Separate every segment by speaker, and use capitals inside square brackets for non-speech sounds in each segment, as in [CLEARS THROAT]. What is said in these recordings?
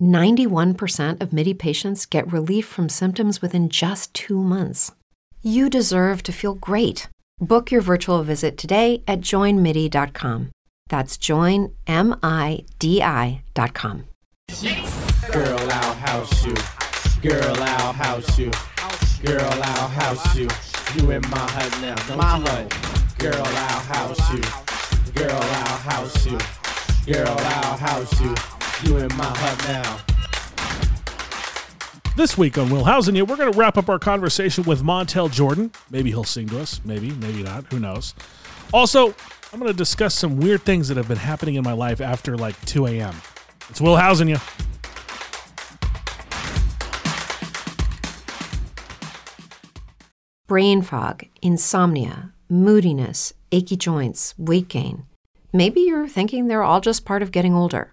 Speaker 1: 91% of MIDI patients get relief from symptoms within just two months. You deserve to feel great. Book your virtual visit today at joinmidi.com. That's joinmidi.com.
Speaker 2: Girl, I'll house you. Girl, I'll house you. Girl, I'll house you. You in my hut now, my hut. Girl, I'll house you. Girl, I'll house you. Girl, I'll house you. You in my hut now.
Speaker 3: This week on Will Housing You, we're going to wrap up our conversation with Montel Jordan. Maybe he'll sing to us. Maybe, maybe not. Who knows? Also, I'm going to discuss some weird things that have been happening in my life after like 2 a.m. It's Will Housing You.
Speaker 1: Brain fog, insomnia, moodiness, achy joints, weight gain. Maybe you're thinking they're all just part of getting older,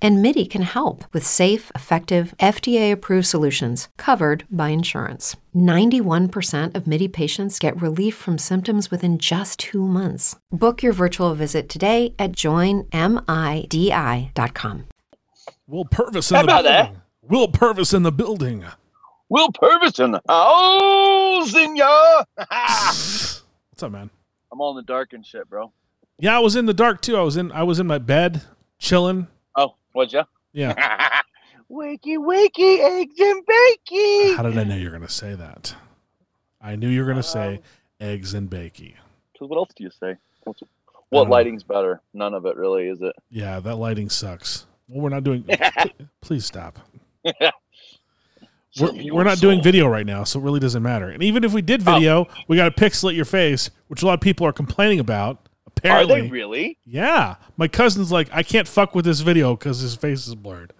Speaker 1: and MIDI can help with safe, effective, FDA approved solutions covered by insurance. 91% of MIDI patients get relief from symptoms within just two months. Book your virtual visit today at joinmidi.com.
Speaker 3: Will Purvis in
Speaker 4: How
Speaker 3: the
Speaker 4: about that?
Speaker 3: building. Will Purvis in the building.
Speaker 4: Will Oh, Purvis in the house, in ya.
Speaker 3: What's up, man?
Speaker 4: [LAUGHS] I'm all in the dark and shit, bro.
Speaker 3: Yeah, I was in the dark too. I was in I was in my bed chilling.
Speaker 4: Oh, what ya? [LAUGHS]
Speaker 3: Yeah.
Speaker 4: wakey, wakey, eggs and bakey.
Speaker 3: How did I know you were going to say that? I knew you were going to say eggs and bakey.
Speaker 4: 'Cause what else do you say? What's-
Speaker 3: don't
Speaker 4: What
Speaker 3: know.
Speaker 4: lighting's better? None of it really, is it?
Speaker 3: Yeah, that lighting sucks. Well, we're not
Speaker 4: [LAUGHS]
Speaker 3: doing. please stop.
Speaker 4: Serve
Speaker 3: We're,
Speaker 4: your
Speaker 3: we're not
Speaker 4: soul.
Speaker 3: doing video right now, so it really doesn't matter. And even if we did
Speaker 4: Oh.
Speaker 3: video, we got to pixelate your face, which a lot of people are complaining about.
Speaker 4: Are
Speaker 3: Apparently,
Speaker 4: they really?
Speaker 3: yeah. My cousin's like, I can't fuck with this video because his face is blurred.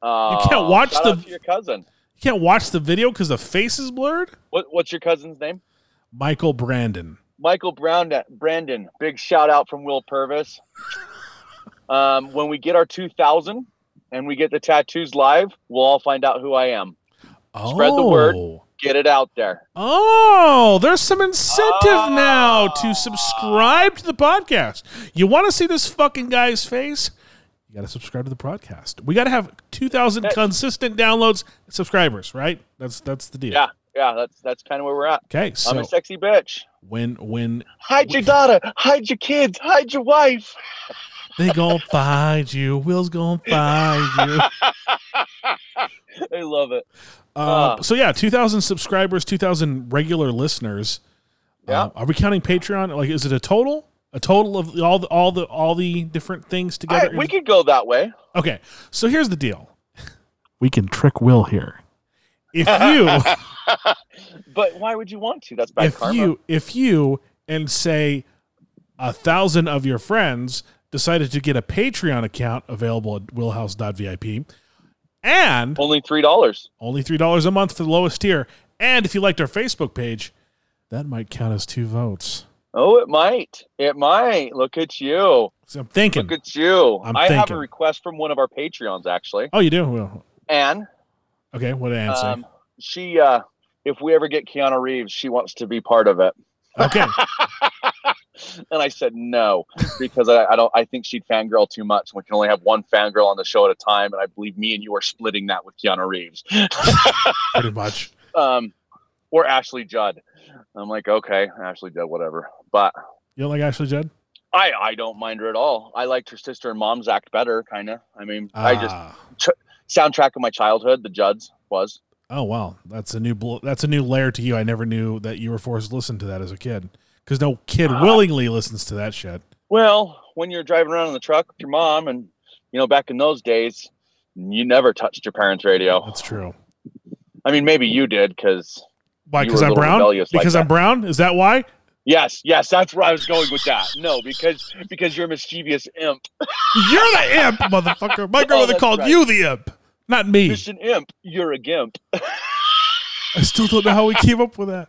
Speaker 4: Uh,
Speaker 3: can't watch
Speaker 4: shout
Speaker 3: the-
Speaker 4: out to your cousin.
Speaker 3: You can't watch the video because the face is blurred.
Speaker 4: What, what's your cousin's name?
Speaker 3: Michael Brandon.
Speaker 4: Michael Brown, Brandon. Big shout out from Will
Speaker 3: [LAUGHS]
Speaker 4: Purvis. Um, when we get our 2,000 and we get the tattoos live, we'll all find out who I am.
Speaker 3: Oh.
Speaker 4: Spread the word. Get it out there.
Speaker 3: Oh, there's some incentive
Speaker 4: Ah.
Speaker 3: now to subscribe to the podcast. You want to see this fucking guy's face? You got to subscribe to the podcast. We got to have 2,000
Speaker 4: That-
Speaker 3: consistent downloads, subscribers, right? That's that's the deal.
Speaker 4: Yeah, yeah, that's that's kind of where we're at.
Speaker 3: Okay.
Speaker 4: I'm
Speaker 3: So
Speaker 4: a sexy bitch.
Speaker 3: when when
Speaker 4: Hide your daughter. Hide your kids. Hide your wife. [LAUGHS]
Speaker 3: they gonna find you, Will's gonna find
Speaker 4: [LAUGHS] Uh.
Speaker 3: you.
Speaker 4: I love it.
Speaker 3: Uh,
Speaker 4: Uh.
Speaker 3: so yeah, two thousand subscribers, two thousand regular listeners.
Speaker 4: Yeah.
Speaker 3: Uh, are we counting Patreon? Like, is it a total? A total of all the all the all the different things
Speaker 4: All
Speaker 3: together?
Speaker 4: right, we could go that way.
Speaker 3: Okay, so here's the deal. We can trick Will here. If
Speaker 4: [LAUGHS]
Speaker 3: you,
Speaker 4: But why would you want to? That's bad
Speaker 3: if
Speaker 4: karma.
Speaker 3: you, if you, and say a thousand of your friends decided to get a Patreon account available at willhouse.vip, and
Speaker 4: Only three dollars.
Speaker 3: only three dollars a month for the lowest tier, and if you liked our Facebook page, that might count as two votes.
Speaker 4: Oh, it might. It might. Look at you.
Speaker 3: So I'm thinking.
Speaker 4: Look at you.
Speaker 3: I'm
Speaker 4: I have
Speaker 3: thinking.
Speaker 4: a request from one of our Patreons actually,
Speaker 3: Oh, you do? Well,
Speaker 4: Anne.
Speaker 3: okay. What did Ann say?
Speaker 4: Um, [LAUGHS] she, uh, if we ever get Keanu Reeves, she wants to be part of it.
Speaker 3: okay.
Speaker 4: And I said no because I, I don't. I think she'd fangirl too much. We can only have one fangirl on the show at a time, and I believe me and you are splitting that with Keanu Reeves
Speaker 3: Pretty much.
Speaker 4: um, or Ashley Judd. I'm like, okay, Ashley Judd, whatever. But
Speaker 3: You don't like Ashley Judd?
Speaker 4: I, I don't mind her at all. I liked her sister and mom's act better, kind of. I mean, I just
Speaker 3: Ah.
Speaker 4: soundtrack of my childhood, the Judds was.
Speaker 3: Oh wow, that's a new bl- that's a new layer to you. I never knew that you were forced to listen to that as a kid because no kid
Speaker 4: Ah.
Speaker 3: willingly listens to that shit.
Speaker 4: Well, when you're driving around in the truck with your mom, and you know, back in those days, you never touched your parents' radio.
Speaker 3: That's true.
Speaker 4: I mean, maybe you did, because
Speaker 3: Why?
Speaker 4: You
Speaker 3: Because
Speaker 4: were a
Speaker 3: I'm
Speaker 4: little
Speaker 3: brown.
Speaker 4: rebellious like
Speaker 3: Because I'm
Speaker 4: that.
Speaker 3: brown. Is that why?
Speaker 4: yes, yes, that's where I was going with that. No, because because you're a mischievous imp,
Speaker 3: [CLEARS THROAT] You're the
Speaker 4: [LAUGHS]
Speaker 3: imp, motherfucker. My grandmother
Speaker 4: Oh, that's
Speaker 3: called
Speaker 4: right.
Speaker 3: you the imp, not me.
Speaker 4: just an imp. You're a gimp
Speaker 3: I still don't know how we came up with that.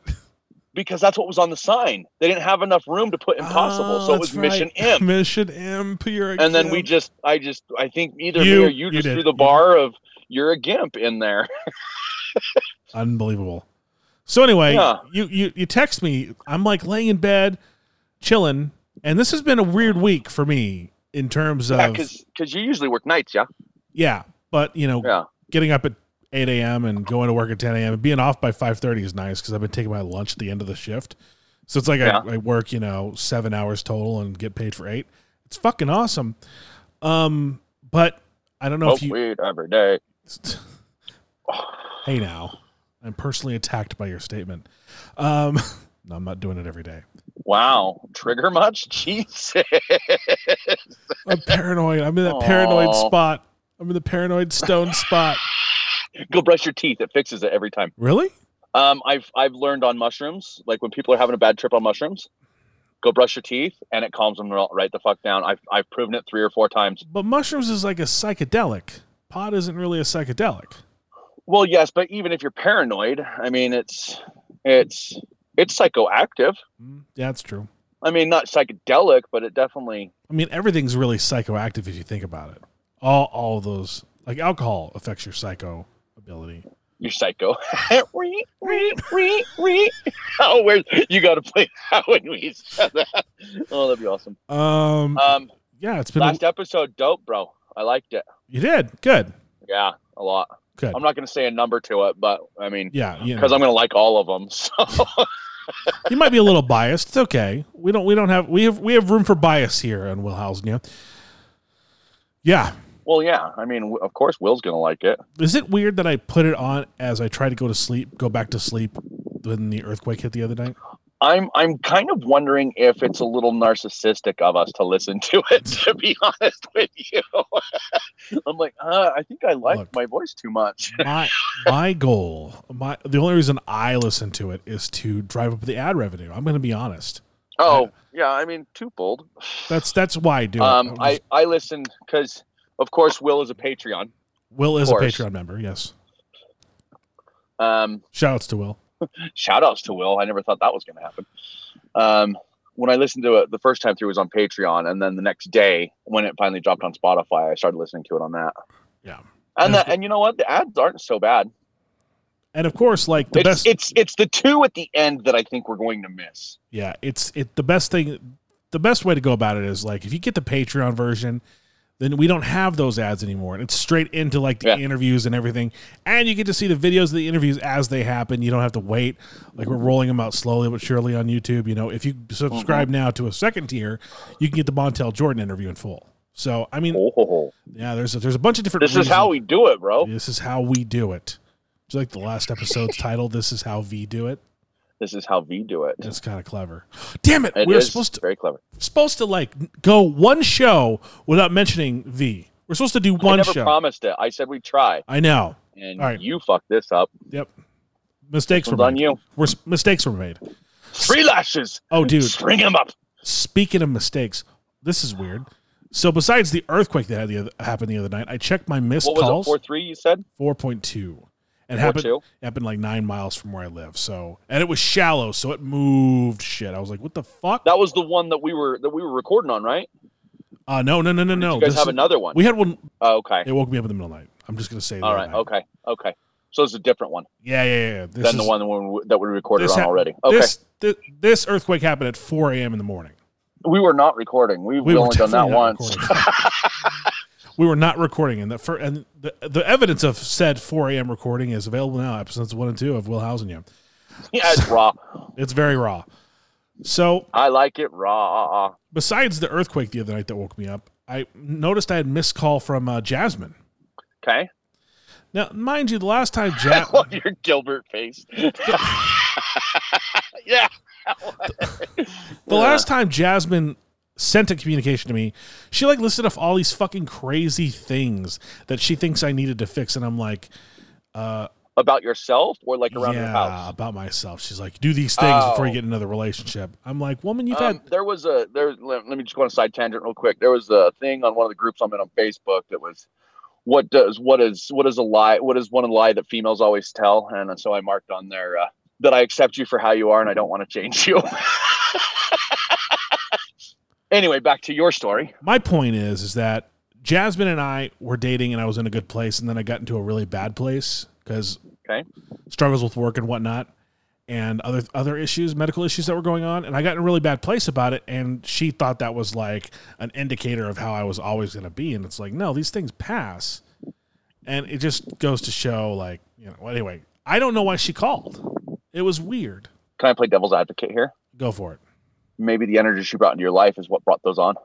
Speaker 4: because that's what was on the sign. They didn't have enough room to put [LAUGHS] impossible,
Speaker 3: Oh,
Speaker 4: so it
Speaker 3: that's
Speaker 4: was
Speaker 3: right.
Speaker 4: Mission Imp.
Speaker 3: [LAUGHS] Mission imp. You're a
Speaker 4: and then we
Speaker 3: gimp.
Speaker 4: just i just i think either
Speaker 3: You-
Speaker 4: me or you,
Speaker 3: you
Speaker 4: just
Speaker 3: did.
Speaker 4: threw the
Speaker 3: You
Speaker 4: bar of you're a gimp in there [LAUGHS]
Speaker 3: Unbelievable. So anyway,
Speaker 4: Yeah.
Speaker 3: you, you you text me. I'm like laying in bed, chilling, and this has been a weird week for me in terms
Speaker 4: yeah
Speaker 3: of
Speaker 4: because you usually work nights yeah
Speaker 3: yeah. But you know,
Speaker 4: yeah
Speaker 3: getting up at 8 a.m. and going to work at 10 a.m. and being off by 5:30 is nice because I've been taking my lunch at the end of the shift. So it's like
Speaker 4: Yeah.
Speaker 3: I, I work, you know, seven hours total and get paid for eight. It's fucking awesome. Um, but I don't know if
Speaker 4: smoke
Speaker 3: you.
Speaker 4: weed Oh, every day
Speaker 3: [LAUGHS] hey now, I'm personally attacked by your statement. Um, [LAUGHS] no, I'm not doing it every day.
Speaker 4: wow trigger much [LAUGHS] jesus [LAUGHS]
Speaker 3: I'm paranoid. I'm in that paranoid
Speaker 4: Aw.
Speaker 3: spot. I'm in the paranoid stone spot.
Speaker 4: go brush your teeth it fixes it every time
Speaker 3: Really?
Speaker 4: um i've i've learned on mushrooms like when people are having a bad trip on mushrooms go brush your teeth and it calms them ri- right the fuck down i've i've proven it three or four times
Speaker 3: But mushrooms is like a psychedelic. Pot isn't really a psychedelic.
Speaker 4: well yes but even if you're paranoid i mean it's it's it's psychoactive
Speaker 3: Mm, Yeah, that's true.
Speaker 4: I mean, not psychedelic, but it definitely.
Speaker 3: I mean, everything's really psychoactive if you think about it. All all those like alcohol affects your psycho ability.
Speaker 4: You're psycho. [LAUGHS] Wee, wee, wee, wee. [LAUGHS] oh, where you got to play [LAUGHS] that when we said that. Oh, that'd be awesome.
Speaker 3: Um,
Speaker 4: Um,
Speaker 3: yeah, it's been a-
Speaker 4: last episode, dope, bro. I liked it.
Speaker 3: you did good,
Speaker 4: Yeah, a lot.
Speaker 3: good.
Speaker 4: I'm not gonna say a number to it, but I mean,
Speaker 3: yeah, you, know.
Speaker 4: because I'm gonna like all of them. [LAUGHS] So
Speaker 3: you might be a little biased. It's okay. We don't we don't have we have we have room for bias here on Willhausen. Yeah, yeah.
Speaker 4: well, yeah. I mean, w- of course, Will's gonna like it.
Speaker 3: Is it weird that I put it on as I try to go to sleep, go back to sleep when the earthquake hit the other night?
Speaker 4: I'm I'm kind of wondering if it's a little narcissistic of us to listen to
Speaker 3: [LAUGHS]
Speaker 4: it. To be honest with you, [LAUGHS] I'm like, uh, I think I like
Speaker 3: Look.
Speaker 4: my voice too much. [LAUGHS]
Speaker 3: my my goal, my the only reason I listen to it is to drive up the ad revenue. I'm going to be honest.
Speaker 4: Oh yeah, I mean twofold.
Speaker 3: That's that's why I do. it.
Speaker 4: Um,
Speaker 3: I'm
Speaker 4: I
Speaker 3: just-
Speaker 4: I listened because of course Will is a Patreon.
Speaker 3: Will is a
Speaker 4: course.
Speaker 3: Patreon member. Yes,
Speaker 4: Um,
Speaker 3: shouts to Will.
Speaker 4: shout outs to Will. I never thought that was going to happen. Um, when I listened to it the first time through it was on Patreon, and then the next day when it finally dropped on Spotify, I started listening to it on that.
Speaker 3: Yeah.
Speaker 4: And
Speaker 3: That's
Speaker 4: that, and you know what? The ads aren't so bad.
Speaker 3: And of course, like the
Speaker 4: it's,
Speaker 3: best,
Speaker 4: it's it's the two at the end that I think we're going to miss.
Speaker 3: yeah, it's it the best thing. The best way to go about it is like if you get the Patreon version, then we don't have those ads anymore. And it's straight into like the
Speaker 4: Yeah.
Speaker 3: interviews and everything. And you get to see the videos of the interviews as they happen. You don't have to wait. Like we're rolling them out slowly but surely on YouTube. You know, if you subscribe now to a second tier, you can get the Montel Jordan interview in full. So I mean,
Speaker 4: Oh,
Speaker 3: yeah, there's a, there's a bunch of different.
Speaker 4: this is
Speaker 3: reasons.
Speaker 4: how we do it, bro.
Speaker 3: This is how we do it. Do you like the last episode's title? This is how V do it.
Speaker 4: This is how we do it.
Speaker 3: That's kind of clever. [GASPS] Damn it!
Speaker 4: It
Speaker 3: we were
Speaker 4: is
Speaker 3: supposed to
Speaker 4: very clever.
Speaker 3: supposed to like go one show without mentioning V. We're supposed to do
Speaker 4: I
Speaker 3: one
Speaker 4: never
Speaker 3: show.
Speaker 4: promised it. I said we'd try,
Speaker 3: I know.
Speaker 4: and
Speaker 3: All right.
Speaker 4: you fucked this up.
Speaker 3: Yep. Mistakes were
Speaker 4: One's on
Speaker 3: made.
Speaker 4: you.
Speaker 3: We're, mistakes were made.
Speaker 4: Three lashes.
Speaker 3: Oh, dude.
Speaker 4: String him up.
Speaker 3: Speaking of mistakes, this is weird. So besides the earthquake that had the other, happened the other night, I checked my missed
Speaker 4: What was
Speaker 3: calls.
Speaker 4: it? Four three. You said.
Speaker 3: four point two. It happened
Speaker 4: 4.2?
Speaker 3: happened like nine miles from where I live. So and it was shallow, so it moved shit. I was like, what the fuck?
Speaker 4: That was the one that we were that we were recording on, right?
Speaker 3: Uh no, no, no, no, no.
Speaker 4: you guys
Speaker 3: This-
Speaker 4: have another one.
Speaker 3: we had one
Speaker 4: oh, okay.
Speaker 3: it woke me up in the middle of the night. I'm just gonna say
Speaker 4: All
Speaker 3: that.
Speaker 4: right. Okay. Okay. So it's a different one
Speaker 3: Yeah, yeah, yeah. This
Speaker 4: than
Speaker 3: is-
Speaker 4: the one that we, that we recorded
Speaker 3: this
Speaker 4: on
Speaker 3: hap-
Speaker 4: already. Okay.
Speaker 3: This, thi- this earthquake happened at 4 a.m. in the morning.
Speaker 4: we were not recording. We've
Speaker 3: We were
Speaker 4: only done that
Speaker 3: definitely not
Speaker 4: once.
Speaker 3: recording. [LAUGHS] we were not recording, and the fir- and the, the evidence of said 4 a.m. recording is available now, episodes one and two of Will Housing You.
Speaker 4: [LAUGHS] yeah, it's raw.
Speaker 3: It's very raw. So,
Speaker 4: I like it raw.
Speaker 3: besides the earthquake the other night that woke me up, I noticed I had missed call from uh, Jasmine.
Speaker 4: Okay.
Speaker 3: Now, mind you, the last time
Speaker 4: [LAUGHS]
Speaker 3: ja-
Speaker 4: Oh, your Gilbert face. [LAUGHS] yeah.
Speaker 3: the last time Jasmine sent a communication to me, she like listed off all these fucking crazy things that she thinks I needed to fix, and I'm like,
Speaker 4: About yourself or like around your
Speaker 3: yeah,
Speaker 4: house?
Speaker 3: about myself. She's like, do these things before you
Speaker 4: Oh.
Speaker 3: get in another relationship. I'm like, woman, you've
Speaker 4: Um,
Speaker 3: had
Speaker 4: there was a there. Let, let me just go on a side tangent real quick. There was a thing on one of the groups I'm in on Facebook that was, what does what is what is a lie? What is one lie that females always tell? And so I marked on there uh, that I accept you for how you are and I don't want to change you. [LAUGHS] anyway, back to your story.
Speaker 3: my point is is that Jasmine and I were dating, and I was in a good place, and then I got into a really bad place because
Speaker 4: Okay.
Speaker 3: struggles with work and whatnot, and other other issues, medical issues that were going on, and I got in a really bad place about it. And she thought that was like an indicator of how I was always going to be, and it's like, no, these things pass, and it just goes to show, like, you know. Anyway, I don't know why she called. It was weird.
Speaker 4: Can I play devil's advocate here?
Speaker 3: Go for it.
Speaker 4: Maybe the energy she brought into your life is what brought those on.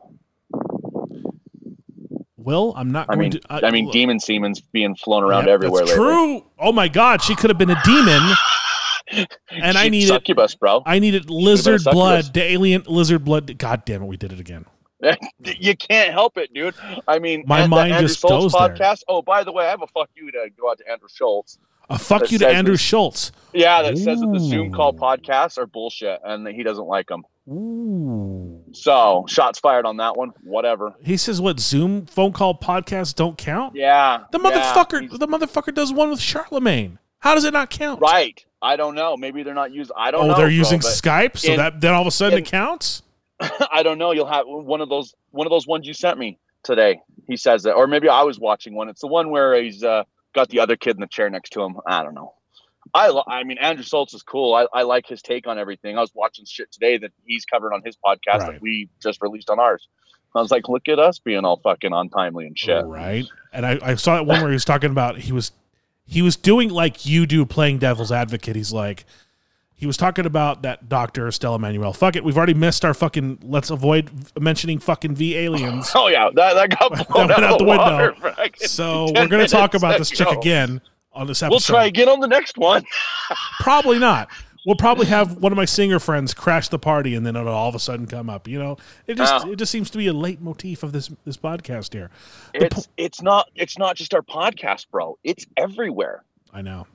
Speaker 3: Will, I'm not
Speaker 4: I
Speaker 3: going
Speaker 4: mean,
Speaker 3: to.
Speaker 4: I mean, demon semen's being flown around
Speaker 3: uh, Yep,
Speaker 4: everywhere.
Speaker 3: That's
Speaker 4: lately.
Speaker 3: true. Oh my God, she could have been a demon,
Speaker 4: [LAUGHS]
Speaker 3: and I
Speaker 4: She's
Speaker 3: needed
Speaker 4: succubus, bro.
Speaker 3: I needed lizard
Speaker 4: succubus.
Speaker 3: blood, to alien lizard blood. God damn it, we did it again.
Speaker 4: [LAUGHS] you can't help it, dude. I mean,
Speaker 3: My
Speaker 4: at the
Speaker 3: mind
Speaker 4: Andrew
Speaker 3: just goes
Speaker 4: Schultz
Speaker 3: there.
Speaker 4: podcast. Oh, by the way, I have a fuck you to go out to Andrew Schultz.
Speaker 3: A Uh, fuck
Speaker 4: That
Speaker 3: you to
Speaker 4: says
Speaker 3: Andrew
Speaker 4: this-
Speaker 3: Schultz.
Speaker 4: Yeah, that says that the Zoom call
Speaker 3: Ooh.
Speaker 4: podcasts are bullshit and that he doesn't like them.
Speaker 3: Ooh.
Speaker 4: So shots fired on that one. Whatever.
Speaker 3: He says what Zoom phone call podcasts don't count.
Speaker 4: Yeah.
Speaker 3: The
Speaker 4: yeah,
Speaker 3: motherfucker,
Speaker 4: he's-
Speaker 3: the motherfucker does one with Charlemagne. How does it not count?
Speaker 4: right. I don't know. Maybe they're not using. I don't
Speaker 3: Oh,
Speaker 4: know.
Speaker 3: they're
Speaker 4: bro,
Speaker 3: using
Speaker 4: but
Speaker 3: Skype, so
Speaker 4: in-
Speaker 3: that then all of a sudden
Speaker 4: in-
Speaker 3: it counts.
Speaker 4: [LAUGHS] I don't know. You'll have one of those. One of those ones you sent me today. He says that, or maybe I was watching one. It's the one where he's uh, got the other kid in the chair next to him. I don't know. I, lo- I mean, Andrew Schultz is cool. I, I like his take on everything. I was watching shit today that he's covered on his podcast
Speaker 3: Right.
Speaker 4: that we just released on ours. I was like, look at us being all fucking untimely and shit.
Speaker 3: Right. And I, I saw that one where he was talking about he was he was doing like you do playing devil's advocate. He's like he was talking about that doctor Stella Manuel. Fuck it, we've already missed our fucking let's avoid mentioning fucking V
Speaker 4: [LAUGHS]
Speaker 3: aliens.
Speaker 4: Oh yeah, that, that
Speaker 3: [LAUGHS]
Speaker 4: got blown
Speaker 3: went
Speaker 4: out,
Speaker 3: out
Speaker 4: of
Speaker 3: the
Speaker 4: the
Speaker 3: window.
Speaker 4: water. [LAUGHS] fucking
Speaker 3: so
Speaker 4: 10
Speaker 3: we're gonna talk
Speaker 4: minutes
Speaker 3: about this chick
Speaker 4: ago.
Speaker 3: again on this episode.
Speaker 4: We'll try again on the next one.
Speaker 3: Probably not. We'll probably have one of my singer friends crash the party and then it'll all of a sudden come up. You know? It just
Speaker 4: Oh.
Speaker 3: it just seems to be a late motif of this this podcast here. The po-
Speaker 4: It's it's not it's not just our podcast, bro. It's everywhere.
Speaker 3: I know.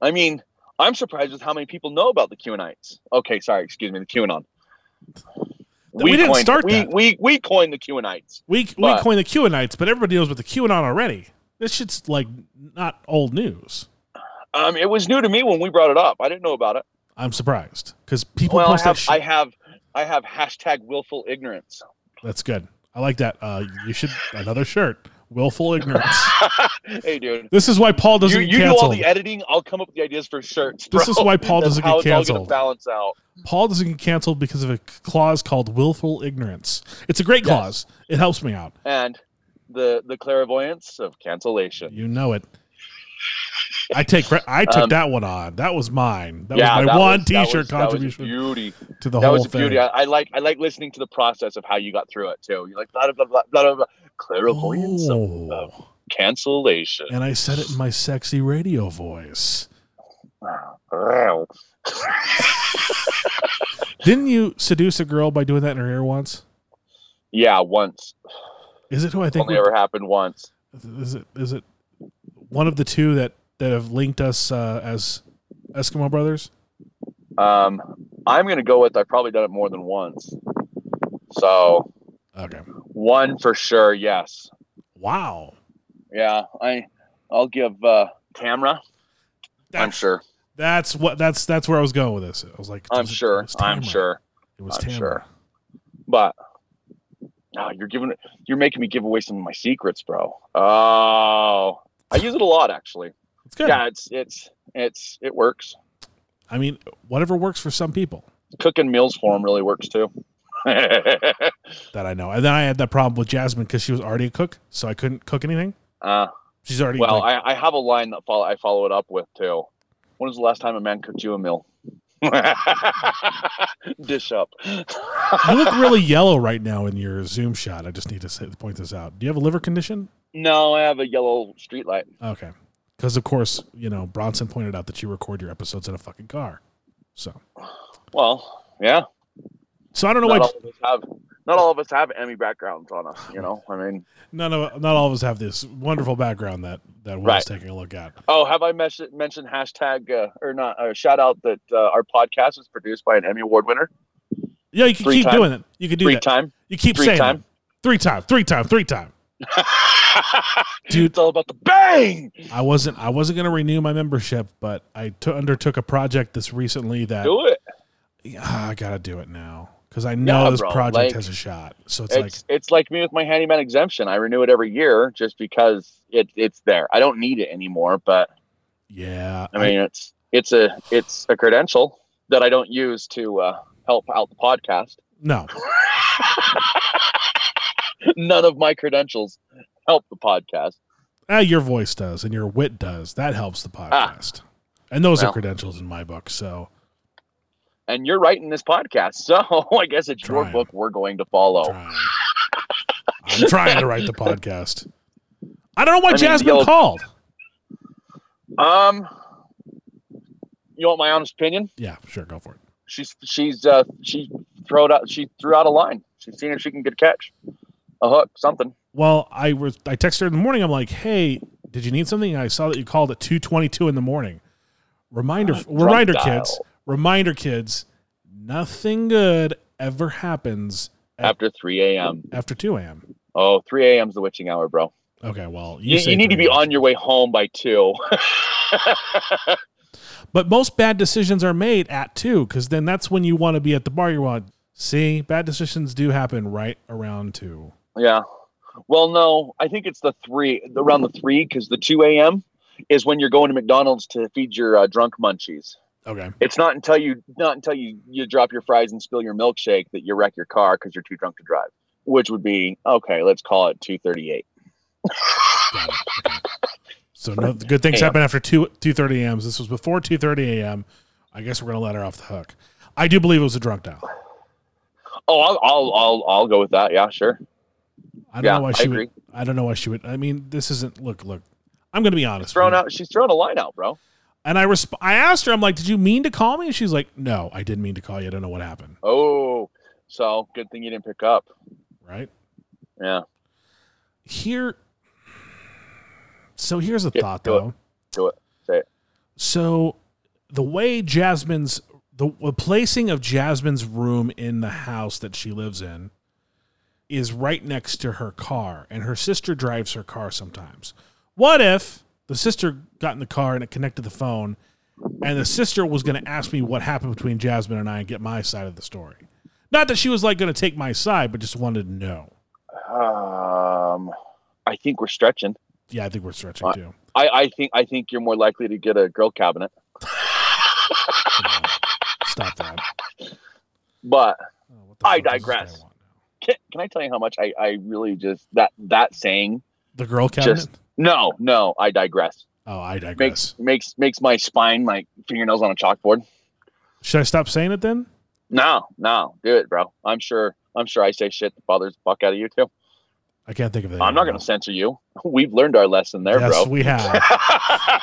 Speaker 4: I mean, I'm surprised with how many people know about the QAnites. Okay, sorry, excuse me, the QAnon.
Speaker 3: We didn't
Speaker 4: coined,
Speaker 3: start
Speaker 4: we,
Speaker 3: that.
Speaker 4: We, we coined the QAnites.
Speaker 3: We we
Speaker 4: But-
Speaker 3: coined the QAnites, but everybody knows with the QAnon already. This shit's like not old news.
Speaker 4: Um, it was new to me when we brought it up. I didn't know about it.
Speaker 3: I'm surprised because people
Speaker 4: Well, I
Speaker 3: post that
Speaker 4: have,
Speaker 3: shit.
Speaker 4: I have, I have hashtag willful ignorance. [LAUGHS]
Speaker 3: That's good. I like that. Uh, you should another shirt. Willful ignorance. [LAUGHS]
Speaker 4: hey, dude.
Speaker 3: this is why Paul
Speaker 4: you
Speaker 3: doesn't
Speaker 4: you
Speaker 3: get
Speaker 4: do all
Speaker 3: canceled.
Speaker 4: the editing. I'll come up with the ideas for shirts.
Speaker 3: This
Speaker 4: bro.
Speaker 3: is why Paul
Speaker 4: [LAUGHS] That's
Speaker 3: doesn't get
Speaker 4: how it's all gonna
Speaker 3: canceled.
Speaker 4: Balance out.
Speaker 3: Paul doesn't get canceled because of a clause called willful ignorance. It's a great
Speaker 4: Yes.
Speaker 3: clause. It helps me out.
Speaker 4: And the the clairvoyance of cancellation.
Speaker 3: You know it. I take re- I took
Speaker 4: Um,
Speaker 3: that one on. That was mine. That
Speaker 4: yeah,
Speaker 3: was my
Speaker 4: that
Speaker 3: one
Speaker 4: was- that
Speaker 3: T-shirt
Speaker 4: was- that was a
Speaker 3: contribution
Speaker 4: beauty.
Speaker 3: to the
Speaker 4: that
Speaker 3: whole
Speaker 4: was a
Speaker 3: thing.
Speaker 4: beauty. I, I like I like listening to the process of how you got through it too. You're like blah blah blah blah blah. blah. Clairvoyance of
Speaker 3: oh,
Speaker 4: cancellation.
Speaker 3: and I said it in my sexy radio voice.
Speaker 4: Wow.
Speaker 3: Didn't you seduce a girl by doing that in her ear once?
Speaker 4: yeah, once.
Speaker 3: Is it who I think?
Speaker 4: Only
Speaker 3: we-
Speaker 4: ever happened once.
Speaker 3: Is it is it one of the two that that have linked us uh, as Eskimo brothers?
Speaker 4: Um, I'm gonna go with I've probably done it more than once. So
Speaker 3: Okay.
Speaker 4: one for sure, yes.
Speaker 3: Wow.
Speaker 4: Yeah, I I'll give uh Tamra. I'm
Speaker 3: That's-
Speaker 4: sure.
Speaker 3: That's what. That's that's where I was going with this. I was like,
Speaker 4: I'm
Speaker 3: was-
Speaker 4: sure.
Speaker 3: it was
Speaker 4: I'm
Speaker 3: Tamara.
Speaker 4: sure.
Speaker 3: It was
Speaker 4: I'm
Speaker 3: Tamara.
Speaker 4: sure. But oh, you're giving you're making me give away some of my secrets, bro. Oh, I use it a lot actually.
Speaker 3: It's good.
Speaker 4: Yeah, it's it's it's it works.
Speaker 3: I mean, whatever works for some people
Speaker 4: Cooking meals for them really works too. [LAUGHS] uh,
Speaker 3: that I know. And then I had that problem with Jasmine because she was already a cook, so I couldn't cook anything. She's already
Speaker 4: well,
Speaker 3: like,
Speaker 4: I, I have a line that follow I follow it up with too. When was the last time a man cooked you a meal? [LAUGHS] Dish up. [LAUGHS]
Speaker 3: you look really yellow right now in your Zoom shot. I just need to say, point this out. Do you have a liver condition?
Speaker 4: no, I have a yellow streetlight.
Speaker 3: Okay, because of course you know Bronson pointed out that you record your episodes in a fucking car. So,
Speaker 4: Well, yeah.
Speaker 3: so I don't know
Speaker 4: Not
Speaker 3: why
Speaker 4: all of us have not all of us have Emmy backgrounds on us, you know. I mean,
Speaker 3: none of not all of us have this wonderful background that that was
Speaker 4: Right.
Speaker 3: taking a look at.
Speaker 4: Oh, have I mes- mentioned hashtag uh, or not? Uh, shout out that uh, our podcast was produced by an Emmy Award winner.
Speaker 3: Yeah, you can
Speaker 4: Three
Speaker 3: keep
Speaker 4: time.
Speaker 3: doing it. You can do
Speaker 4: Free
Speaker 3: that.
Speaker 4: time. [LAUGHS]
Speaker 3: You keep
Speaker 4: Three
Speaker 3: saying
Speaker 4: time.
Speaker 3: them. three time, three time, three time. Dude.
Speaker 4: It's all about the bang.
Speaker 3: I wasn't I wasn't gonna renew my membership, but I t- undertook a project this recently that
Speaker 4: Do it.
Speaker 3: Yeah, I gotta do it now because I know this
Speaker 4: bro,
Speaker 3: project
Speaker 4: like,
Speaker 3: has a shot. So it's,
Speaker 4: It's it's like, me with my handyman exemption. I renew it every year just because it it's there. I don't need it anymore, but
Speaker 3: like yeah,
Speaker 4: I mean it's it's a it's a credential that I don't use to uh, help out the podcast. [LAUGHS]
Speaker 3: no,
Speaker 4: None of my credentials help the podcast.
Speaker 3: ah, your voice does and your wit does. That helps the podcast, and those are
Speaker 4: Ah. Well.
Speaker 3: credentials in my book. So
Speaker 4: and you're writing this podcast. [LAUGHS] So I guess it's your
Speaker 3: Trying.
Speaker 4: book we're going to follow.
Speaker 3: trying. I'm trying to write the podcast. I don't know why
Speaker 4: I mean,
Speaker 3: Jasmine
Speaker 4: you'll-
Speaker 3: called.
Speaker 4: Um, you want my honest opinion?
Speaker 3: Yeah, sure, go for it.
Speaker 4: She's she's uh she throwed out she threw out a line. She's seen if she can get a catch, a hook, something.
Speaker 3: Well, I was I texted her in the morning. I'm like, "Hey, did you need something?" I saw that you called at 2:22 in the morning. Reminder, reminder,
Speaker 4: Ah, dial.
Speaker 3: kids, reminder, kids. Nothing good ever happens
Speaker 4: After 3 a.m.
Speaker 3: after 2 a.m.
Speaker 4: Oh, 3 a.m. is the witching hour, bro.
Speaker 3: Okay, well,
Speaker 4: You,
Speaker 3: say
Speaker 4: you need to
Speaker 3: 3
Speaker 4: be
Speaker 3: a.m..
Speaker 4: on your way home by 2.
Speaker 3: But most bad decisions are made at two, because then that's when you want to be at the bar. You want see bad decisions do happen right around two.
Speaker 4: [LAUGHS] yeah. Well, no, I think it's the 3, around the 3, because the 2 a.m. is when you're going to McDonald's to feed your uh, drunk munchies.
Speaker 3: Okay,
Speaker 4: It's not until you not until you you drop your fries and spill your milkshake that you wreck your car because you're too drunk to drive, which would be okay. Let's call it two thirty eight.
Speaker 3: so no good things
Speaker 4: Damn.
Speaker 3: happen after two 2:30 a.m. This was before 2:30 a.m. I guess we're gonna let her off the hook. I do believe it was a drunk dial.
Speaker 4: Oh, I'll I'll I'll I'll go with that. Yeah, sure.
Speaker 3: I don't
Speaker 4: Yeah,
Speaker 3: know why
Speaker 4: I
Speaker 3: she would.
Speaker 4: agree.
Speaker 3: I don't know why she would. I mean, this isn't. Look, look. I'm going to be honest.
Speaker 4: Thrown
Speaker 3: with you.
Speaker 4: out. She's thrown a line out, bro.
Speaker 3: And I resp- I asked her. I'm like, "Did you mean to call me?" And she's like, "No, I didn't mean to call you. I don't know what happened."
Speaker 4: Oh, so good thing you didn't pick up.
Speaker 3: Right
Speaker 4: Yeah,
Speaker 3: here. So here's a
Speaker 4: Yeah,
Speaker 3: thought,
Speaker 4: do it.
Speaker 3: though.
Speaker 4: Do it. Say it.
Speaker 3: So the way Jasmine's the, the placing of Jasmine's room in the house that she lives in is right next to her car, and her sister drives her car sometimes. What if the sister got in the car and it connected the phone, and the sister was going to ask me what happened between Jasmine and I and get my side of the story? Not that she was like going to take my side, but just wanted to know.
Speaker 4: um, I think we're stretching.
Speaker 3: Yeah, I think we're stretching
Speaker 4: Uh,
Speaker 3: too.
Speaker 4: I I think I think you're more likely to get a grill cabinet,
Speaker 3: Come on. Stop that.
Speaker 4: but
Speaker 3: Oh, what the
Speaker 4: I
Speaker 3: Oh, fuck is this guy
Speaker 4: digress.
Speaker 3: want now?
Speaker 4: Can, can I tell you how much I, I really just that that saying?
Speaker 3: The girl cabinet.
Speaker 4: Just- No, no, I digress.
Speaker 3: oh, I
Speaker 4: Makes
Speaker 3: digress.
Speaker 4: makes makes my spine like fingernails on a chalkboard.
Speaker 3: Should I stop saying it then?
Speaker 4: No, no, do it, bro. I'm sure. I'm sure I say shit that bothers the fuck out of you too.
Speaker 3: I can't think of it.
Speaker 4: I'm not gonna censor you. [LAUGHS] We've learned our lesson there,
Speaker 3: Yes,
Speaker 4: bro.
Speaker 3: we have.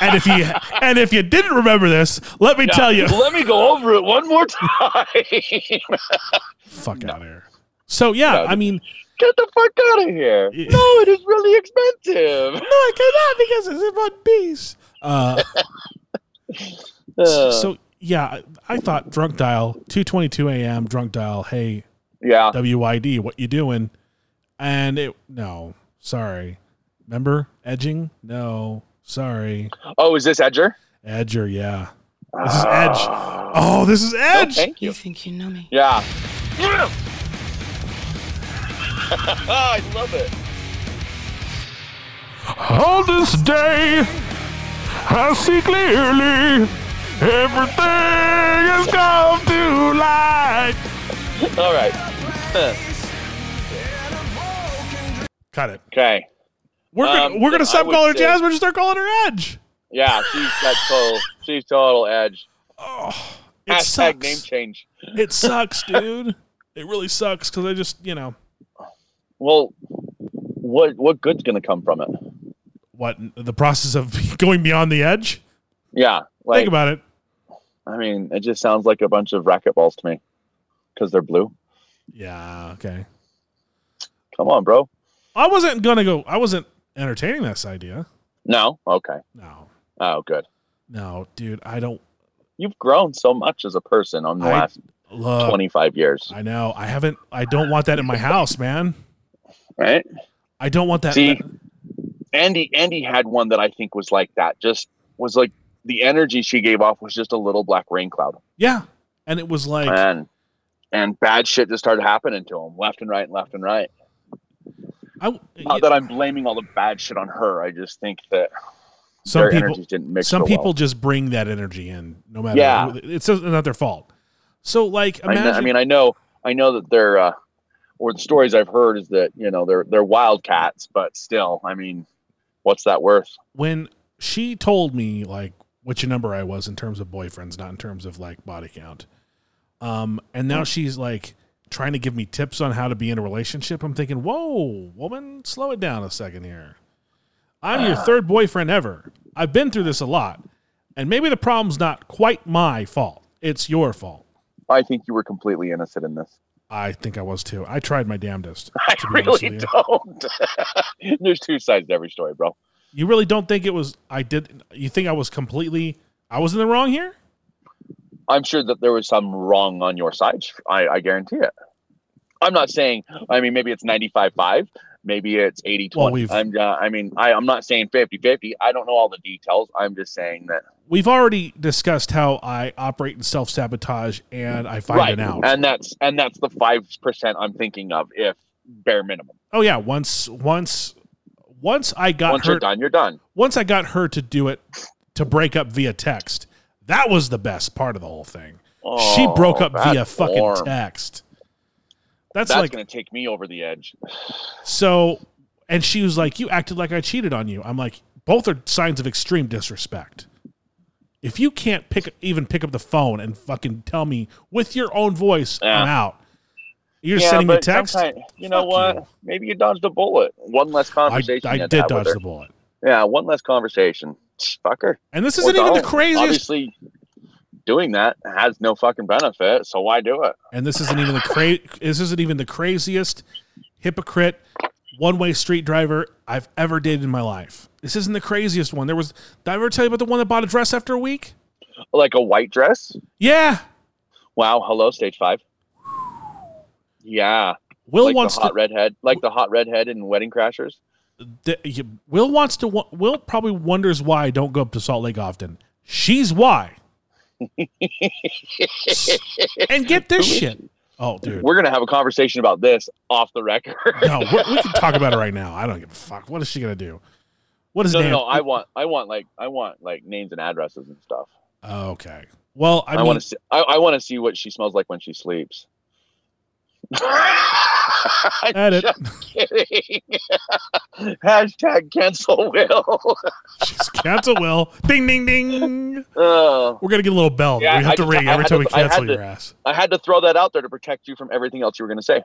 Speaker 3: and if you
Speaker 4: [LAUGHS]
Speaker 3: and if you didn't remember this, let me
Speaker 4: Yeah,
Speaker 3: tell you.
Speaker 4: Let me go over it one more time. [LAUGHS] Get
Speaker 3: Fuck out of here. So yeah,
Speaker 4: No.
Speaker 3: I mean,
Speaker 4: the fuck out of here.
Speaker 3: Yeah.
Speaker 4: No, it is really expensive.
Speaker 3: no, I cannot because it's in one piece.
Speaker 4: [LAUGHS]
Speaker 3: Uh,
Speaker 4: Uh,
Speaker 3: [LAUGHS] so yeah, I, I thought drunk dial two twenty two a.m. drunk dial. Hey,
Speaker 4: yeah,
Speaker 3: WID, what you doing? And it no, sorry. Remember edging? No, sorry.
Speaker 4: Oh, is this Edger?
Speaker 3: Edger, yeah. This is edge.
Speaker 4: Ah.
Speaker 3: Oh, this is edge.
Speaker 4: thank you.
Speaker 5: You think you know me?
Speaker 4: Yeah. [LAUGHS] I love it.
Speaker 3: On this day, I see clearly. Everything has come to light.
Speaker 4: All right.
Speaker 3: Cut it.
Speaker 4: Okay.
Speaker 3: We're gonna,
Speaker 4: Um,
Speaker 3: we're gonna
Speaker 4: then I
Speaker 3: stop
Speaker 4: would
Speaker 3: calling her
Speaker 4: say-
Speaker 3: Jasmine and start calling her Edge.
Speaker 4: Yeah, she's got total. She's total edge.
Speaker 3: Oh, it
Speaker 4: Hashtag
Speaker 3: sucks.
Speaker 4: name change.
Speaker 3: It
Speaker 4: [LAUGHS]
Speaker 3: sucks, dude. It really sucks because I just you know
Speaker 4: Well, what what good's gonna come from it?
Speaker 3: what the process of [LAUGHS] going beyond the edge.
Speaker 4: Yeah,
Speaker 3: Think
Speaker 4: like
Speaker 3: about it.
Speaker 4: I mean, it just sounds like a bunch of racquetballs to me because they're blue.
Speaker 3: Yeah. Okay.
Speaker 4: Come on, bro.
Speaker 3: I wasn't gonna go. I wasn't entertaining this idea.
Speaker 4: No, okay.
Speaker 3: No.
Speaker 4: Oh, good.
Speaker 3: No, dude. I don't
Speaker 4: You've grown so much as a person on the
Speaker 3: I-
Speaker 4: last
Speaker 3: love.
Speaker 4: twenty five years,
Speaker 3: I know. I haven't. I don't want that in my house, man.
Speaker 4: right?
Speaker 3: I don't want that.
Speaker 4: See, Andy Andy had one that I think was like that. Just was like the energy she gave off was just a little black rain cloud,
Speaker 3: yeah. And it was like,
Speaker 4: and and bad shit just started happening to him left and right and left and right.
Speaker 3: I,
Speaker 4: Not that I'm blaming all the bad shit on her. I just think that
Speaker 3: some
Speaker 4: their
Speaker 3: people,
Speaker 4: energies didn't mix.
Speaker 3: some
Speaker 4: real
Speaker 3: people
Speaker 4: well.
Speaker 3: just bring that energy in, no matter.
Speaker 4: Yeah.
Speaker 3: It's not their fault. So, like,
Speaker 4: I,
Speaker 3: imagine.
Speaker 4: kn- I mean, I know, I know that they're, uh, or the stories I've heard is that you know they're they're wildcats, but still, I mean, what's that worth?
Speaker 3: when she told me like which number I was in terms of boyfriends, not in terms of like body count. Um, and now she's like trying to give me tips on how to be in a relationship. I'm thinking, whoa, woman, slow it down a second here. I'm
Speaker 4: Uh.
Speaker 3: your third boyfriend ever. I've been through this a lot, and maybe the problem's not quite my fault. It's your fault.
Speaker 4: I think you were completely innocent in this. [LAUGHS]
Speaker 3: I think I was too. I tried my damnedest.
Speaker 4: I
Speaker 3: to be honest
Speaker 4: really
Speaker 3: with you.
Speaker 4: don't. [LAUGHS] There's two sides to every story, bro.
Speaker 3: You really don't think it was? I did. You think I was completely? I was in the wrong here?
Speaker 4: I'm sure that there was some wrong on your side. I, I guarantee it. I'm not saying. I mean, maybe it's 95-5. Maybe it's 80-20.
Speaker 3: Well, we've-
Speaker 4: I'm, uh, I mean, I, I'm not saying 50-50. I don't know all the details. I'm just saying that.
Speaker 3: we've already discussed how I operate in self sabotage and I find it out.
Speaker 4: And that's and that's the five percent I'm thinking of, if bare minimum.
Speaker 3: oh yeah, once once once I got
Speaker 4: Once
Speaker 3: her
Speaker 4: you're done, you're done.
Speaker 3: once I got her to do it to break up via text, that was the best part of the whole thing. she broke
Speaker 4: Oh,
Speaker 3: up
Speaker 4: that
Speaker 3: via fucking
Speaker 4: form.
Speaker 3: text. That's,
Speaker 4: That's
Speaker 3: like
Speaker 4: gonna take me over the edge.
Speaker 3: so and she was like, You acted like I cheated on you. I'm like, both are signs of extreme disrespect. If you can't pick even pick up the phone and fucking tell me with your own voice,
Speaker 4: Yeah.
Speaker 3: I'm out. You're sending me
Speaker 4: but
Speaker 3: text.
Speaker 4: sometime- You know
Speaker 3: Fuck
Speaker 4: what?
Speaker 3: you.
Speaker 4: Maybe you dodged a bullet. One less
Speaker 3: I,
Speaker 4: conversation.
Speaker 3: I
Speaker 4: you had
Speaker 3: did
Speaker 4: to have with
Speaker 3: dodge
Speaker 4: her.
Speaker 3: the bullet.
Speaker 4: Yeah, one less conversation. Tch, Fucker.
Speaker 3: And this
Speaker 4: Or
Speaker 3: isn't even the
Speaker 4: don't.
Speaker 3: craziest.
Speaker 4: Obviously, doing that has no fucking benefit. So why do it?
Speaker 3: And this isn't even the cra- This isn't even the craziest hypocrite one-way street driver I've ever dated in my life. This isn't the craziest one. There was. Did I ever tell you about the one that bought a dress after a week?
Speaker 4: Like a white dress?
Speaker 3: Yeah.
Speaker 4: Wow. Hello, stage five. Yeah,
Speaker 3: Will
Speaker 4: like the
Speaker 3: wants
Speaker 4: hot
Speaker 3: to.
Speaker 4: redhead, like the hot redhead in Wedding Crashers. [LAUGHS]
Speaker 3: th- you- Will wants to. wa- Will probably wonders why I don't go up to Salt Lake often. She's why. and get this shit. Oh, dude.
Speaker 4: We're gonna have a conversation about this off
Speaker 3: [LAUGHS]
Speaker 4: the record.
Speaker 3: No, we we can talk about it right now. I don't give a fuck. What is she gonna do? What is
Speaker 4: No, no,
Speaker 3: name?
Speaker 4: no. I want, I want like, I want like names and addresses and stuff.
Speaker 3: Oh, okay. Well, I,
Speaker 4: I,
Speaker 3: mean,
Speaker 4: [LAUGHS] want to see, I, I want to see what she smells like when she sleeps.
Speaker 3: Edit.
Speaker 4: Just kidding. [LAUGHS] Hashtag cancel will. [LAUGHS]
Speaker 3: [LAUGHS] Just cancel Will. Ding, ding, ding.
Speaker 4: Oh,
Speaker 3: We're going to get a little bell.
Speaker 4: Yeah,
Speaker 3: we have
Speaker 4: I
Speaker 3: to
Speaker 4: just-
Speaker 3: ring
Speaker 4: I
Speaker 3: every
Speaker 4: had
Speaker 3: time
Speaker 4: to-
Speaker 3: we
Speaker 4: I had
Speaker 3: cancel
Speaker 4: to-
Speaker 3: your ass.
Speaker 4: I had to throw that out there to protect you from everything else you were going to say.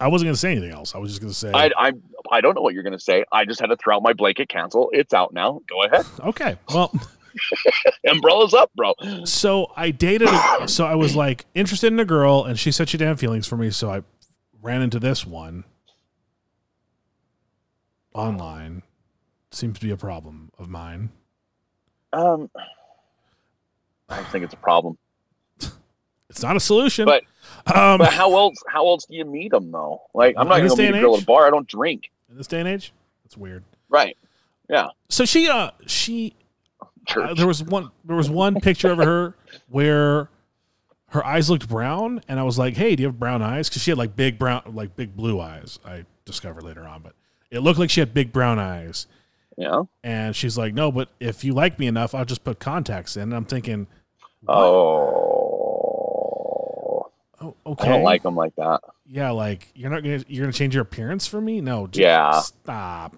Speaker 3: I wasn't going to say anything else. I was just going to say,
Speaker 4: I, I I don't know what you're going to say. I just had to throw out my blanket cancel. It's out now. Go ahead. [LAUGHS]
Speaker 3: okay. Well,
Speaker 4: Umbrella's up, bro.
Speaker 3: so I dated, a, so I was like interested in a girl and she said she didn't have feelings for me. So I ran into this one online. Seems to be a problem of mine.
Speaker 4: Um, I don't think it's a problem.
Speaker 3: It's not a solution.
Speaker 4: But-
Speaker 3: um,
Speaker 4: But how else how else do you meet them though? Like I'm not
Speaker 3: In this
Speaker 4: going to
Speaker 3: day
Speaker 4: meet a
Speaker 3: and
Speaker 4: girl
Speaker 3: age?
Speaker 4: at a bar. I don't drink.
Speaker 3: in this day and age, it's weird.
Speaker 4: Right.
Speaker 3: So she, uh, she, uh,
Speaker 4: Church.
Speaker 3: there was one there was one picture of her where her eyes looked brown and i was like hey do you have brown eyes because she had like big brown like big blue eyes i discovered later on but it looked like she had big brown eyes
Speaker 4: yeah.
Speaker 3: and she's like no but if you like me enough i'll just put contacts in and i'm thinking
Speaker 4: Oh.
Speaker 3: oh
Speaker 4: I
Speaker 3: okay
Speaker 4: don't like them like that.
Speaker 3: yeah like you're not gonna you're gonna change your appearance for me no just
Speaker 4: Yeah.
Speaker 3: stop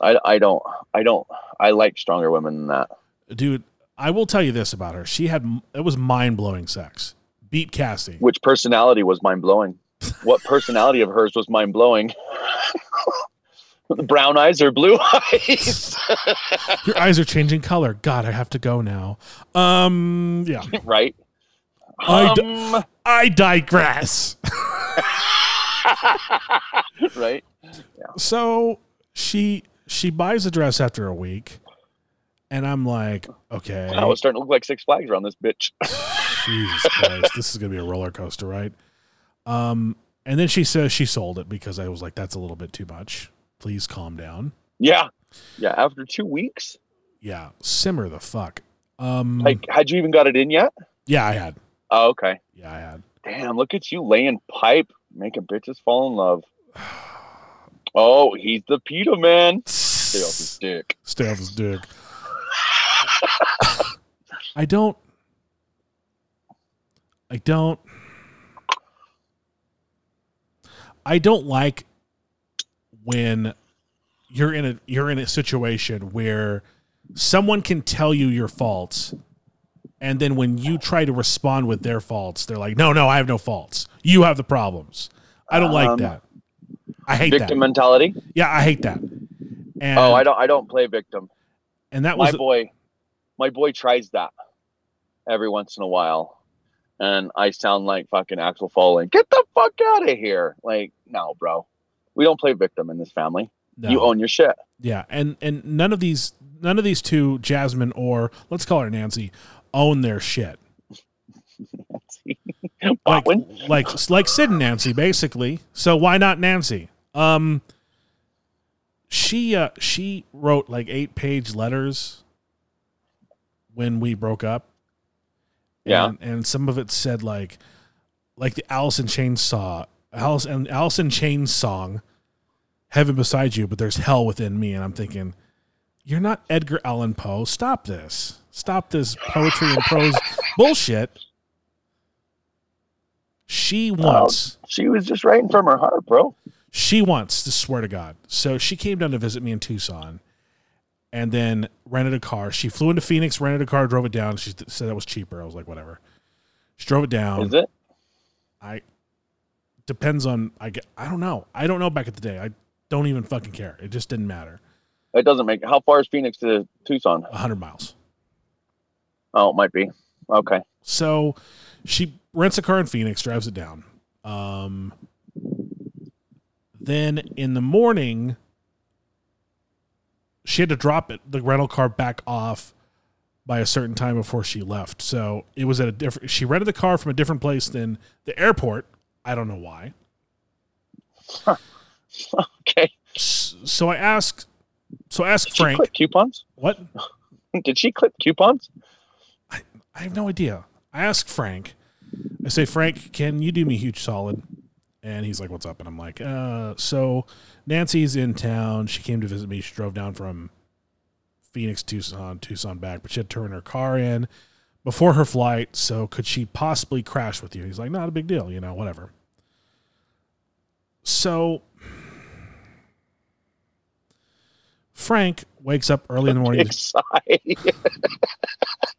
Speaker 4: I, I don't I don't I like stronger women than that.
Speaker 3: dude i will tell you this about her she had it was mind-blowing sex beat
Speaker 4: [LAUGHS]
Speaker 3: cassie
Speaker 4: Which personality was mind blowing? What personality of hers was mind blowing? [LAUGHS] Brown eyes or blue [LAUGHS] eyes?
Speaker 3: Your eyes are changing color. God, I have to go now. Um, yeah,
Speaker 4: [LAUGHS] right.
Speaker 3: I d-
Speaker 4: Um,
Speaker 3: I digress.
Speaker 4: right.
Speaker 3: So she she buys a dress after a week, and I'm like, okay,
Speaker 4: Now it's starting to look like Six Flags around this bitch. [LAUGHS]
Speaker 3: Jesus Christ, this is gonna be a roller coaster, right? Um, and then she says she sold it because I was like, that's a little bit too much. Please calm down.
Speaker 4: Yeah. Yeah. After two weeks,
Speaker 3: Yeah, simmer the fuck. Um,
Speaker 4: like, had you even got it in yet?
Speaker 3: yeah, I had.
Speaker 4: Oh, okay.
Speaker 3: Yeah, I had.
Speaker 4: Damn, look at you laying pipe, making bitches fall in love. Oh, he's the PETA man. Stay off his dick.
Speaker 3: Stay off his dick. I don't. I don't. I don't like when you're in a you're in a situation where someone can tell you your faults, and then when you try to respond with their faults, they're like, "No, no, I have no faults. You have the problems." I don't like
Speaker 4: Um,
Speaker 3: that. I hate that.
Speaker 4: Victim mentality.
Speaker 3: yeah, I hate that. And,
Speaker 4: Oh, I don't. I don't play victim.
Speaker 3: And that
Speaker 4: my
Speaker 3: was
Speaker 4: boy, my boy tries that every once in a while, and I sound like fucking Axel Foley. Get the fuck out of here! Like, no, bro, we don't play victim in this family.
Speaker 3: no.
Speaker 4: You own your shit.
Speaker 3: Yeah, and and none of these none of these two, Jasmine or let's call her Nancy, own their shit. Like
Speaker 4: Botwin?
Speaker 3: like like Sid and Nancy basically. So why not Nancy? Um she uh she wrote like 8-page letters when we broke up.
Speaker 4: Yeah.
Speaker 3: And, and some of it said like like the Allison Chainsaw Alice and Allison Chain song Heaven Beside You, but there's hell within me and I'm thinking you're not Edgar Allan Poe. Stop this. Stop this poetry and prose bullshit. She wants,
Speaker 4: uh, She was just writing from her heart, bro.
Speaker 3: she wants to swear to God. So she came down to visit me in Tucson and then rented a car. She flew into Phoenix, rented a car, drove it down. She th- said that was cheaper. I was like, whatever. She drove it down.
Speaker 4: Is it?
Speaker 3: Depends on, I, get, I don't know. I don't know back at the day. I don't even fucking care. It just didn't matter.
Speaker 4: It doesn't make. How far is Phoenix to Tucson?
Speaker 3: 100 miles.
Speaker 4: Oh, it might be. Okay. [LAUGHS]
Speaker 3: So she rents a car in Phoenix, drives it down. Um, then in the morning, she had to drop it, the rental car back off by a certain time before she left. So it was at a different, she rented the car from a different place than the airport. I don't know why.
Speaker 4: Okay.
Speaker 3: S- So I asked, so I asked
Speaker 4: Did she clip
Speaker 3: Frank,
Speaker 4: coupons? [LAUGHS]
Speaker 3: what?
Speaker 4: Did she clip
Speaker 3: [LAUGHS]
Speaker 4: coupons?
Speaker 3: I have no idea. I ask Frank. I say, Frank, can you do me a huge solid? And he's like, "What's up?" And I'm like, "Uh, so Nancy's in town. She came to visit me. She drove down from Phoenix, Tucson, Tucson back, but she had to turn her car in before her flight. So could she possibly crash with you?" He's like, "Not a big deal, you know, whatever." so Frank wakes up early in the morning.
Speaker 4: Excited.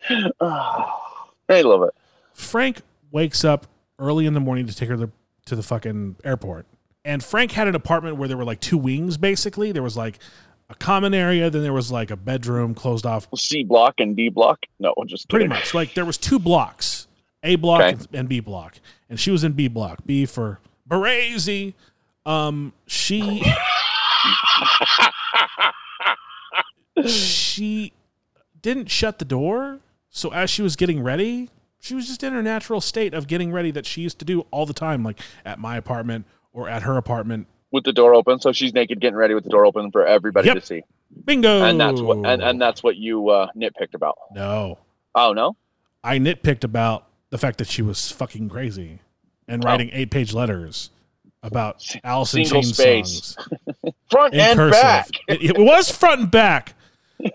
Speaker 4: [LAUGHS] oh, I love it.
Speaker 3: Frank wakes up early in the morning to take her to, to the fucking airport. And Frank had an apartment where there were like two wings, basically. There was like a common area, then there was like a bedroom closed off.
Speaker 4: C block and D block. No, just
Speaker 3: Pretty
Speaker 4: kidding.
Speaker 3: much like there was two blocks, A block
Speaker 4: Okay.
Speaker 3: and, and B block, and she was in B block. B for Barazy. Um, she she didn't shut the door. So as she was getting ready, she was just in her natural state of getting ready that she used to do all the time, like at my apartment or at her apartment.
Speaker 4: with the door open, so she's naked, getting ready with the door open for everybody
Speaker 3: Yep.
Speaker 4: to see.
Speaker 3: Bingo.
Speaker 4: And that's what and, and that's what you uh, nitpicked about.
Speaker 3: no.
Speaker 4: Oh no,
Speaker 3: I nitpicked about the fact that she was fucking crazy and
Speaker 4: Oh.
Speaker 3: writing eight page letters about Allison
Speaker 4: single
Speaker 3: Chain
Speaker 4: space. [LAUGHS]
Speaker 3: songs
Speaker 4: front
Speaker 3: in
Speaker 4: and
Speaker 3: cursive.
Speaker 4: back.
Speaker 3: [LAUGHS] It, it was front and back.
Speaker 4: You're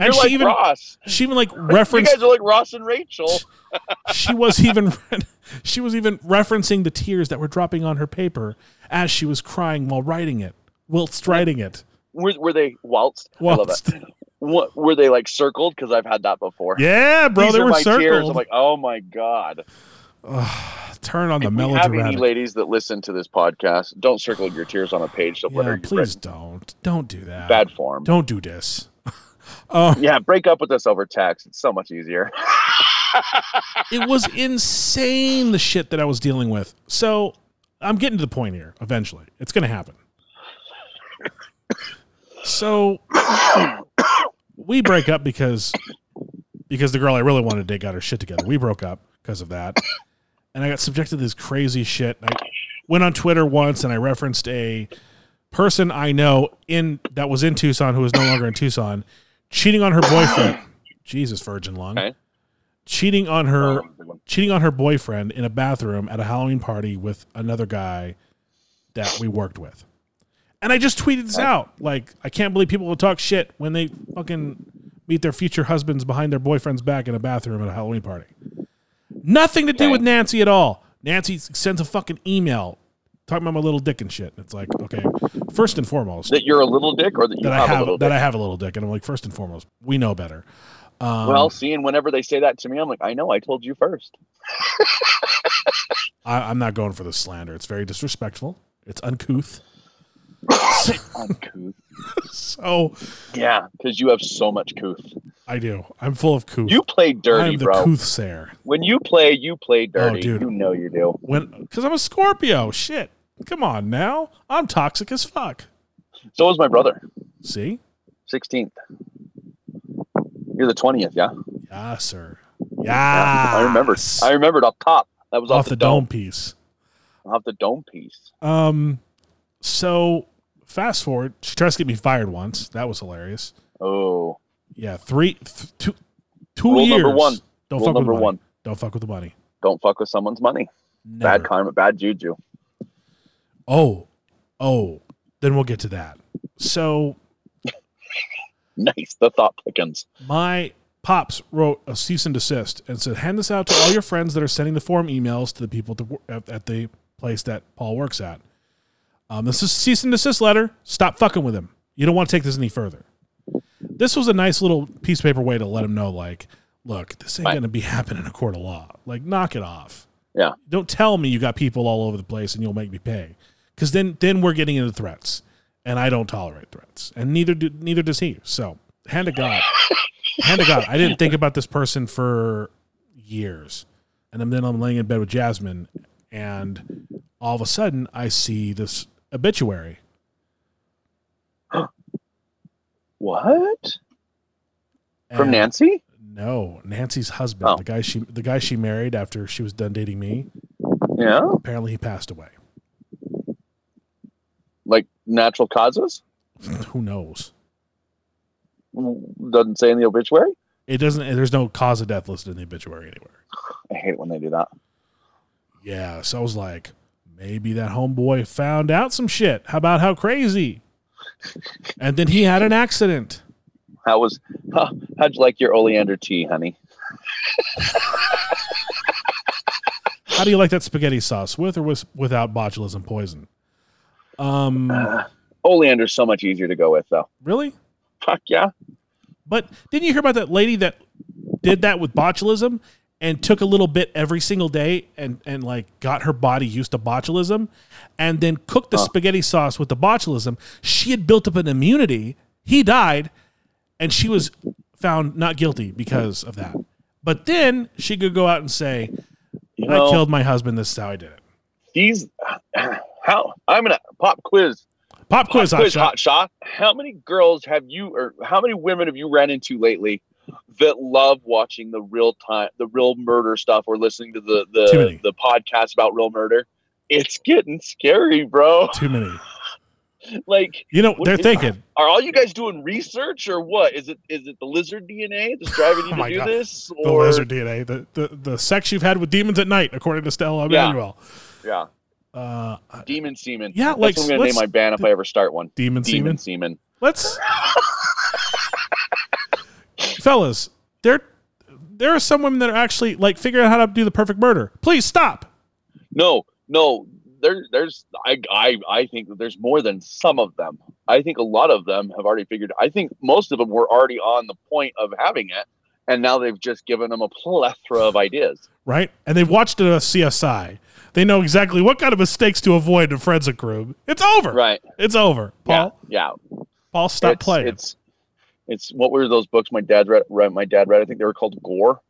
Speaker 3: And she
Speaker 4: like
Speaker 3: even
Speaker 4: Ross.
Speaker 3: She even like
Speaker 4: [LAUGHS] You
Speaker 3: referenced
Speaker 4: guys are like Ross and Rachel.
Speaker 3: [LAUGHS] she was even [LAUGHS] she was even referencing the tears that were dropping on her paper as she was crying while writing it, whilst writing it.
Speaker 4: Were, were they waltzed?
Speaker 3: Whilst-
Speaker 4: I love it. What, were they like circled? Because I've had that before.
Speaker 3: [LAUGHS] Yeah, bro,
Speaker 4: These
Speaker 3: they
Speaker 4: are
Speaker 3: were
Speaker 4: my tears. I'm
Speaker 3: circled.
Speaker 4: like, oh my god.
Speaker 3: Turn on the
Speaker 4: If we have any
Speaker 3: melodramatic.
Speaker 4: ladies that listen to this podcast, don't circle your tears on a page. So
Speaker 3: Yeah,
Speaker 4: yeah,
Speaker 3: please don't. Don't do that.
Speaker 4: bad form.
Speaker 3: Don't do this.
Speaker 4: Yeah, break up with us over text. It's so much easier. [LAUGHS]
Speaker 3: it was insane the shit that I was dealing with. So I'm getting to the point here eventually. It's going to happen. So we break up because because the girl I really wanted to date got her shit together. We broke up because of that. And I got subjected to this crazy shit. I went on Twitter once and I referenced a person I know in that was in Tucson who is no longer in Tucson cheating on her boyfriend. Jesus virgin lung.
Speaker 4: Okay.
Speaker 3: Cheating on her
Speaker 4: Um,
Speaker 3: cheating on her boyfriend in a bathroom at a Halloween party with another guy that we worked with. And I just tweeted this out. Like, I can't believe people will talk shit when they fucking meet their future husbands behind their boyfriend's back in a bathroom at a Halloween party. Nothing to do
Speaker 4: Okay.
Speaker 3: with Nancy at all. Nancy sends a fucking email talking about my little dick and shit. It's like, okay, first and foremost,
Speaker 4: that you're a little dick, or that you
Speaker 3: that
Speaker 4: have,
Speaker 3: I
Speaker 4: a
Speaker 3: have
Speaker 4: little
Speaker 3: that
Speaker 4: dick.
Speaker 3: I have a little dick, and I'm like, first and foremost, we know better. Um,
Speaker 4: well, seeing whenever they say that to me, I'm like, I know, I told you first.
Speaker 3: I, I'm not going for the slander. It's very disrespectful. It's uncouth. [LAUGHS]
Speaker 4: Uncouth.
Speaker 3: So
Speaker 4: yeah, because you have so much couth.
Speaker 3: I do. I'm full of couth.
Speaker 4: You play dirty,
Speaker 3: I'm the
Speaker 4: bro.
Speaker 3: couthsayer.
Speaker 4: When you play, you play dirty.
Speaker 3: dude.
Speaker 4: You know you do.
Speaker 3: When because I'm a Scorpio. Shit. Come on now. I'm toxic as fuck.
Speaker 4: So was my brother,
Speaker 3: See?
Speaker 4: 16th. You're the 20th, yeah?
Speaker 3: Yeah, sir.
Speaker 4: Yeah,
Speaker 3: Yeah.
Speaker 4: I remembered. I remembered off top. That was
Speaker 3: off the dome piece.
Speaker 4: dome. Off the dome piece.
Speaker 3: Um so fast forward, she tries to get me fired once. That was hilarious.
Speaker 4: Oh,
Speaker 3: Yeah, three th- two two
Speaker 4: Rule
Speaker 3: years.
Speaker 4: number one.
Speaker 3: Don't
Speaker 4: Rule
Speaker 3: fuck with
Speaker 4: number
Speaker 3: the money.
Speaker 4: one.
Speaker 3: Don't fuck with the money.
Speaker 4: don't fuck with someone's money.
Speaker 3: Never.
Speaker 4: Bad karma, bad juju. [LAUGHS]
Speaker 3: Oh. Oh. Then we'll get to that. So
Speaker 4: Nice. The thought thickens.
Speaker 3: my pops wrote a cease and desist and said, hand this out to all your friends that are sending the form emails to the people to, wor- at, at the place that Paul works at. Um, this is cease and desist letter. Stop fucking with him. You don't want to take this any further. This was a nice little piece of paper way to let him know, like, look, this ain't
Speaker 4: Right.
Speaker 3: going to be [LAUGHS] happening in a court of law. Like, knock it off.
Speaker 4: Yeah.
Speaker 3: Don't tell me you got people all over the place and you'll make me pay, because then then we're getting into threats, and I don't tolerate threats, and neither do neither does he. So, hand to God, hand to God, I didn't think about this person for years, and then I'm laying in bed with Jasmine, and all of a sudden I see this obituary.
Speaker 4: What? From
Speaker 3: and-
Speaker 4: Nancy?
Speaker 3: No, Nancy's husband,
Speaker 4: Oh.
Speaker 3: the guy she the guy she married after she was done dating me.
Speaker 4: Yeah.
Speaker 3: Apparently, he passed away. [SNIFFS]
Speaker 4: Like natural causes?
Speaker 3: Who knows?
Speaker 4: Doesn't say in the obituary.
Speaker 3: It doesn't. There's no cause of death listed in the obituary anywhere.
Speaker 4: I hate when they do that.
Speaker 3: Yeah, so I was like, maybe that homeboy found out some shit. How about how
Speaker 4: [LAUGHS]
Speaker 3: crazy? And then he had an accident.
Speaker 4: How was huh, how'd you like your oleander tea, honey?
Speaker 3: How do you like that spaghetti sauce with or with, without botulism poison? Um,
Speaker 4: Uh, Oleander's so much easier to go with, though.
Speaker 3: really?
Speaker 4: Fuck yeah.
Speaker 3: But didn't you hear about that lady that did that with botulism and took a little bit every single day and and like got her body used to botulism and then cooked the spaghetti sauce with the botulism. She had built up an immunity. He died and she was found not guilty because of that. But then she could go out and say,
Speaker 4: You
Speaker 3: I
Speaker 4: know,
Speaker 3: killed my husband. This is how I did it.
Speaker 4: these. [SIGHS] How I'm gonna pop quiz.
Speaker 3: Pop quiz,
Speaker 4: Pop quiz,
Speaker 3: hotshot.
Speaker 4: hot shot. How many girls have you, or how many women have you ran into lately that love watching the real time, the real murder stuff, or listening to the
Speaker 3: Too many.
Speaker 4: the the podcast about real murder? It's getting scary, bro. [LAUGHS]
Speaker 3: Too many.
Speaker 4: Like,
Speaker 3: You know,
Speaker 4: What
Speaker 3: they're
Speaker 4: is-
Speaker 3: thinking,
Speaker 4: are all you guys doing research or what? Is it is it the lizard DNA
Speaker 3: [LAUGHS]
Speaker 4: that's driving you
Speaker 3: Oh
Speaker 4: to
Speaker 3: my
Speaker 4: do
Speaker 3: God.
Speaker 4: this?
Speaker 3: the
Speaker 4: Or
Speaker 3: lizard DNA, the, the, the sex you've had with demons at night, according to Stella
Speaker 4: Yeah.
Speaker 3: Emanuel.
Speaker 4: yeah,
Speaker 3: Uh,
Speaker 4: demon semen.
Speaker 3: Yeah,
Speaker 4: that's
Speaker 3: like,
Speaker 4: what I'm gonna name
Speaker 3: let's-
Speaker 4: my band if I ever start one.
Speaker 3: demon semen.
Speaker 4: Demon semen.
Speaker 3: Let's, [LAUGHS] fellas, there there are some women that are actually like figuring out how to do the perfect murder. Please stop.
Speaker 4: No, no. There, there's. I, I, I think that there's more than some of them. I think a lot of them have already figured. I think most of them were already on the point of having it, and now they've just given them a plethora of ideas.
Speaker 3: Right, and they've watched a CSI. They know exactly what kind of mistakes to avoid in a forensic room. It's over.
Speaker 4: Right?
Speaker 3: It's over. Paul,
Speaker 4: Yeah. yeah.
Speaker 3: Paul, stop
Speaker 4: it's,
Speaker 3: playing.
Speaker 4: It's, it's what were those books my dad read? read my dad read. I think they were called Gore,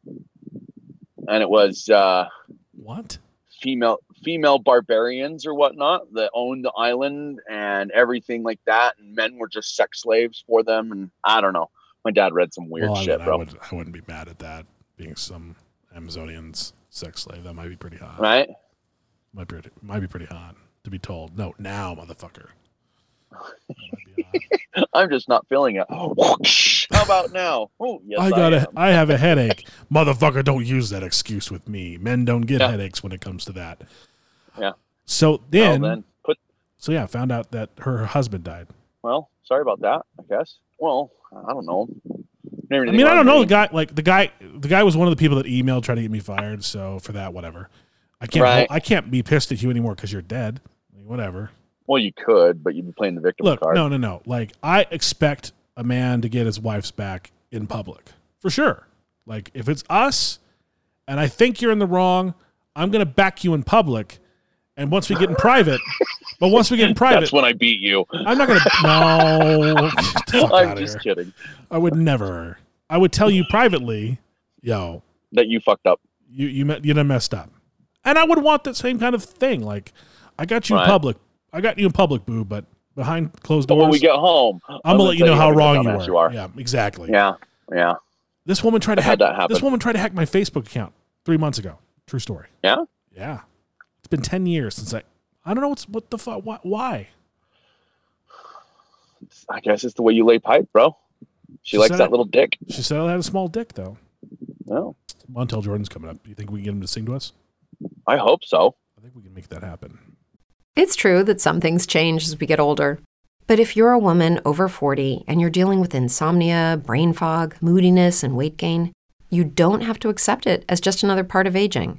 Speaker 4: and it was uh,
Speaker 3: what?
Speaker 4: female female barbarians or whatnot that owned the island and everything like that and men were just sex slaves for them and i don't know my dad read some weird
Speaker 3: Well, Oh, I,
Speaker 4: shit
Speaker 3: would, I,
Speaker 4: bro
Speaker 3: would, I wouldn't be mad at that. Being some Amazonian's sex slave, that might be pretty hot.
Speaker 4: right [LAUGHS]
Speaker 3: Might be pretty, might be pretty hot to be told. No, now,
Speaker 4: [LAUGHS]
Speaker 3: motherfucker. That might be hot.
Speaker 4: i'm just not feeling it [GASPS] how about now oh yes
Speaker 3: I got
Speaker 4: am.
Speaker 3: a, I have a headache. [LAUGHS] Motherfucker, don't use that excuse with me. Men don't get
Speaker 4: Yeah.
Speaker 3: headaches when it comes to that.
Speaker 4: Yeah.
Speaker 3: So
Speaker 4: well,
Speaker 3: then,
Speaker 4: then put
Speaker 3: so yeah, found out that her husband died.
Speaker 4: well sorry about that i guess well i don't know Never
Speaker 3: I
Speaker 4: anything
Speaker 3: mean, I
Speaker 4: wrong
Speaker 3: don't know the
Speaker 4: with me.
Speaker 3: guy. Like the guy, the guy was one of the people that emailed trying to get me fired. So for that, whatever. I can't.
Speaker 4: Right.
Speaker 3: I can't be pissed at you anymore because you're dead. I mean, whatever.
Speaker 4: well you could but you'd be playing the victim
Speaker 3: Look,
Speaker 4: card
Speaker 3: no, no, no. Like I expect a man to get his wife's back in public for sure. Like if it's us, and I think you're in the wrong, I'm gonna back you in public. And once we get in
Speaker 4: [LAUGHS]
Speaker 3: private, but once we get in private,
Speaker 4: that's when i beat you
Speaker 3: I'm not
Speaker 4: [LAUGHS]
Speaker 3: gonna. No, Get the fuck
Speaker 4: i'm
Speaker 3: outta
Speaker 4: just
Speaker 3: here.
Speaker 4: kidding
Speaker 3: I would never. I would tell you privately, yo,
Speaker 4: that you fucked up
Speaker 3: you you me- you done messed up, and I would want that same kind of thing. Like I got you
Speaker 4: Right.
Speaker 3: in public, I got you in public, boo, but behind closed
Speaker 4: but
Speaker 3: doors.
Speaker 4: when we get home
Speaker 3: I'm gonna let you
Speaker 4: tell
Speaker 3: know how
Speaker 4: what a
Speaker 3: wrong you
Speaker 4: dumbass
Speaker 3: are.
Speaker 4: you are
Speaker 3: Yeah, exactly.
Speaker 4: yeah yeah
Speaker 3: This woman tried to
Speaker 4: I had
Speaker 3: hack
Speaker 4: that happen.
Speaker 3: this woman tried to hack my Facebook account three months ago. True story.
Speaker 4: Yeah?
Speaker 3: Yeah. It's been ten years since I. I don't know what's what the fuck. Why? why?
Speaker 4: I guess it's the way you lay pipe, bro. She,
Speaker 3: She
Speaker 4: likes
Speaker 3: said
Speaker 4: that
Speaker 3: it.
Speaker 4: little dick.
Speaker 3: She said I had a small dick though.
Speaker 4: Well,
Speaker 3: Montel Jordan's coming up. Do you think we can get him to sing to us?
Speaker 4: I hope so.
Speaker 3: I think we can make that happen.
Speaker 1: It's true that some things change as we get older. But if you're a woman over 40 and you're dealing with insomnia, brain fog, moodiness, and weight gain, you don't have to accept it as just another part of aging.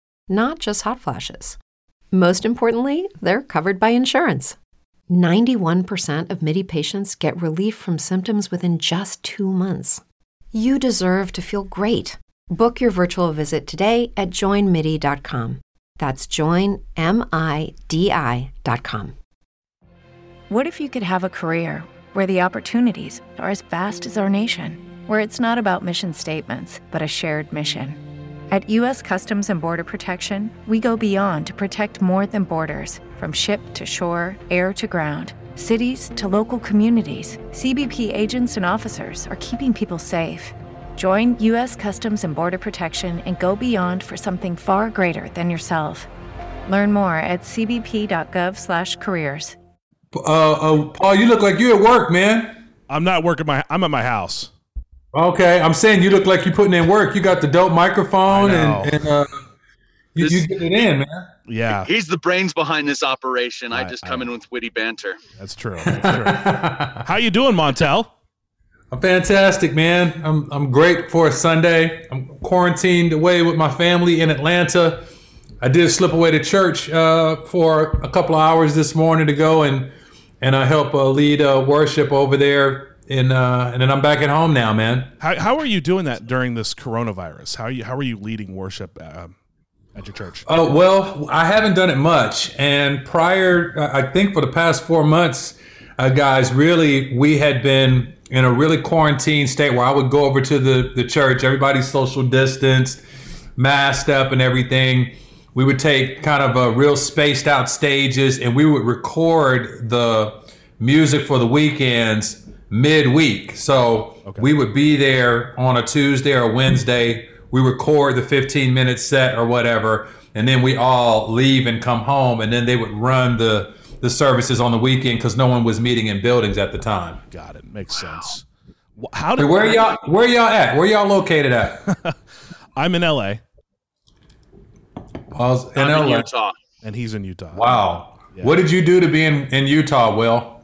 Speaker 1: not just hot flashes. Most importantly, they're covered by insurance. 91% of MIDI patients get relief from symptoms within just two months. You deserve to feel great. Book your virtual visit today at joinmidi.com. That's joinmidi.com.
Speaker 5: What if you could have a career where the opportunities are as vast as our nation, where it's not about mission statements, but a shared mission? At U.S. Customs and Border Protection, we go beyond to protect more than borders from ship to shore, air to ground, cities to local communities. CBP agents and officers are keeping people safe. Join U.S. Customs and Border Protection and go beyond for something far greater than yourself. Learn more at cbp.gov/careers.
Speaker 6: Uh, uh, Paul, you look like you're at work, man.
Speaker 3: I'm not working my. I'm at my house.
Speaker 6: Okay, I'm saying you look like you're putting in work. You got the dope microphone,
Speaker 3: I know.
Speaker 6: and, and uh, you,
Speaker 4: This-
Speaker 6: you get it in, man.
Speaker 3: Yeah,
Speaker 4: He's the brains behind this operation. I,
Speaker 3: I-
Speaker 4: just
Speaker 3: I-
Speaker 4: come in with witty banter.
Speaker 3: that's true. That's true.
Speaker 6: [LAUGHS]
Speaker 3: How you doing, Montel?
Speaker 6: I'm fantastic, man. I'm I'm great for a Sunday. I'm quarantined away with my family in Atlanta. I did slip away to church uh, for a couple of hours this morning to go and and I help uh, lead uh, worship over there. And uh, and then I'm back at home now, man.
Speaker 3: How how are you doing that during this coronavirus? How you how are you leading worship um, at your church?
Speaker 6: Uh, well, I haven't done it much, and prior, I I think for the past four months, uh, guys, really, we had been in a really quarantined state where I would go over to the the church. Everybody's social distanced, masked up, and everything. We would take kind of uh, real spaced out stages, and we would record the music for the weekends midweek. So we would be there on a Tuesday or Wednesday. We record the 15 minute set or whatever, and then we all leave and come home, and then they would run the the services on the weekend because no one was meeting in buildings at the time.
Speaker 3: Got it. Makes sense. Wh- How did
Speaker 6: Where y'all? Where y'all at? Where y'all located at?
Speaker 3: I'm in LA
Speaker 6: I was in
Speaker 4: I'm in
Speaker 6: LA.
Speaker 4: Utah.
Speaker 3: and he's in Utah.
Speaker 6: Wow. What did you do to be in, in Utah, Will?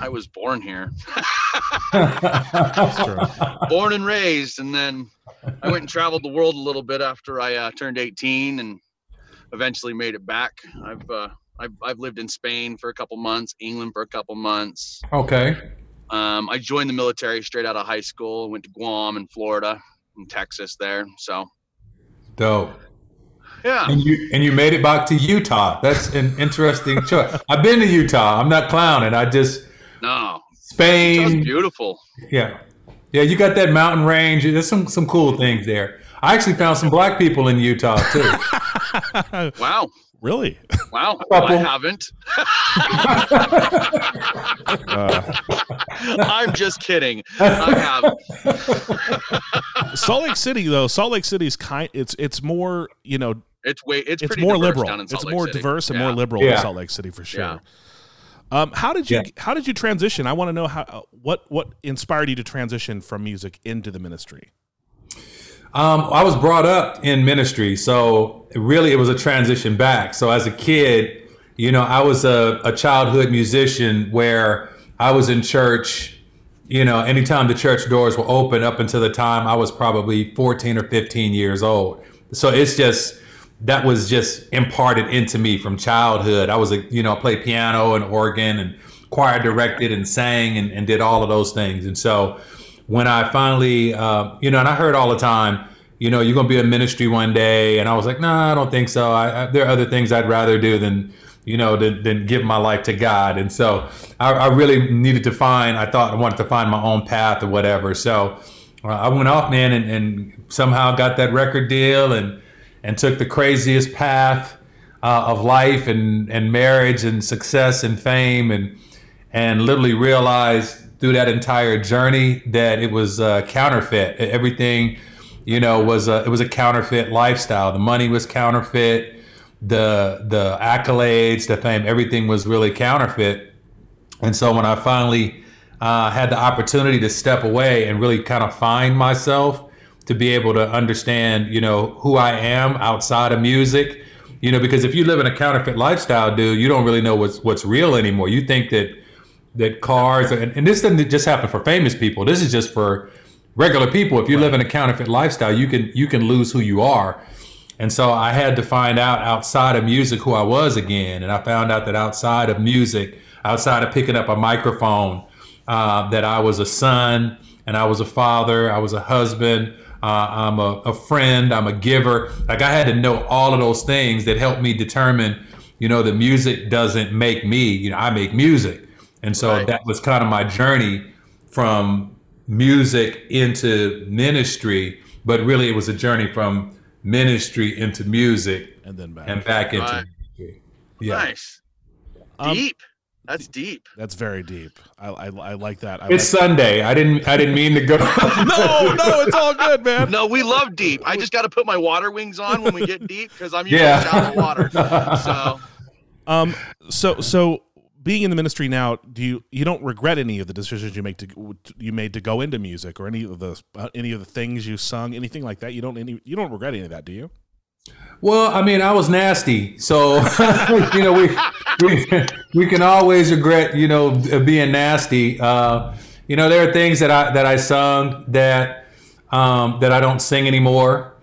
Speaker 4: I was born here,
Speaker 3: That's true.
Speaker 4: born and raised, and then I went and traveled the world a little bit after I uh, turned 18, and eventually made it back. I've uh, I've, I've lived in Spain for a couple months, England for a couple months.
Speaker 6: Okay.
Speaker 4: Um, I joined the military straight out of high school. Went to Guam and Florida and Texas there. So
Speaker 6: Dope.
Speaker 4: yeah,
Speaker 6: And you and you made it back to Utah. That's an interesting [LAUGHS] choice. I've been to Utah. I'm not clowning. I just
Speaker 4: no, Utah's
Speaker 6: Spain.
Speaker 4: beautiful.
Speaker 6: Yeah, yeah. You got that mountain range. There's some some cool things there. I actually found some black people in Utah too.
Speaker 4: Wow,
Speaker 3: Really?
Speaker 4: wow, I
Speaker 6: Couple.
Speaker 4: haven't. I'm just kidding. I have.
Speaker 3: Salt Lake City though. Salt Lake City's kind. It's it's more you know.
Speaker 4: It's way. It's,
Speaker 3: It's
Speaker 4: pretty
Speaker 3: more
Speaker 4: diverse
Speaker 3: liberal.
Speaker 4: Down in Salt
Speaker 3: It's
Speaker 4: Lake
Speaker 3: more
Speaker 4: City.
Speaker 3: diverse and
Speaker 4: Yeah.
Speaker 3: more liberal
Speaker 6: Yeah.
Speaker 3: than Salt Lake City for sure.
Speaker 4: Yeah.
Speaker 3: Um, how did you
Speaker 6: Yeah.
Speaker 3: how did you transition? I want to know how uh, what what inspired you to transition from music into the ministry.
Speaker 6: Um, I was brought up in ministry, so really it was a transition back. So as a kid, you know, I was a, a childhood musician where I was in church, you know, anytime the church doors were open up until the time I was probably 14 or 15 years old. So it's just that was just imparted into me from childhood. I was a, you know, I played piano and organ and choir directed and sang and, and did all of those things. And so when I finally, uh, you know, and I heard all the time, you know, you're going to be a ministry one day. And I was like, no, I don't think so. I, I, there are other things I'd rather do than, you know, than, than give my life to God. And so I, I really needed to find, I thought I wanted to find my own path or whatever. So uh, I went off, man, and, and somehow got that record deal and, and took the craziest path uh, of life and, and marriage and success and fame and and literally realized through that entire journey that it was uh, counterfeit. Everything, you know, was a, it was a counterfeit lifestyle. The money was counterfeit. The the accolades, the fame, everything was really counterfeit. And so when I finally uh, had the opportunity to step away and really kind of find myself, to be able to understand, you know, who I am outside of music, you know, because if you live in a counterfeit lifestyle, dude, you don't really know what's what's real anymore. You think that that cars and, and this doesn't just happen for famous people. This is just for regular people. If you live in a counterfeit lifestyle, you can you can lose who you are. And so I had to find out outside of music who I was again. And I found out that outside of music, outside of picking up a microphone, uh, that I was a son and I was a father, I was a husband, uh, I'm a, a friend, I'm a giver. Like I had to know all of those things that helped me determine, you know, that music doesn't make me, you know, I make music. And so
Speaker 4: Right.
Speaker 6: that was kind of my journey from music into ministry, but really it was a journey from ministry into music
Speaker 3: And then back.
Speaker 6: and back into
Speaker 4: Right.
Speaker 6: ministry. Yeah.
Speaker 4: Nice.
Speaker 3: Um,
Speaker 4: deep. That's deep.
Speaker 3: That's very deep. I, I, I like that. I
Speaker 6: It's
Speaker 3: like-
Speaker 6: Sunday. I didn't I didn't mean to go [LAUGHS]
Speaker 3: no, no, it's all good, man.
Speaker 4: No, we love deep. I just got to put my water wings on when we get deep because I'm usually
Speaker 6: Yeah.
Speaker 4: shallow water. So
Speaker 3: Um, so so b- being in the ministry now, do you you don't regret any of the decisions you make to you made to go into music or any of the uh, any of the things you sung, anything like that? You don't any you don't regret any of that, do you?
Speaker 6: Well, I mean, I was nasty, so [LAUGHS] you know we, we we can always regret you know being nasty. Uh, you know, there are things that I that I sung that um, that I don't sing anymore.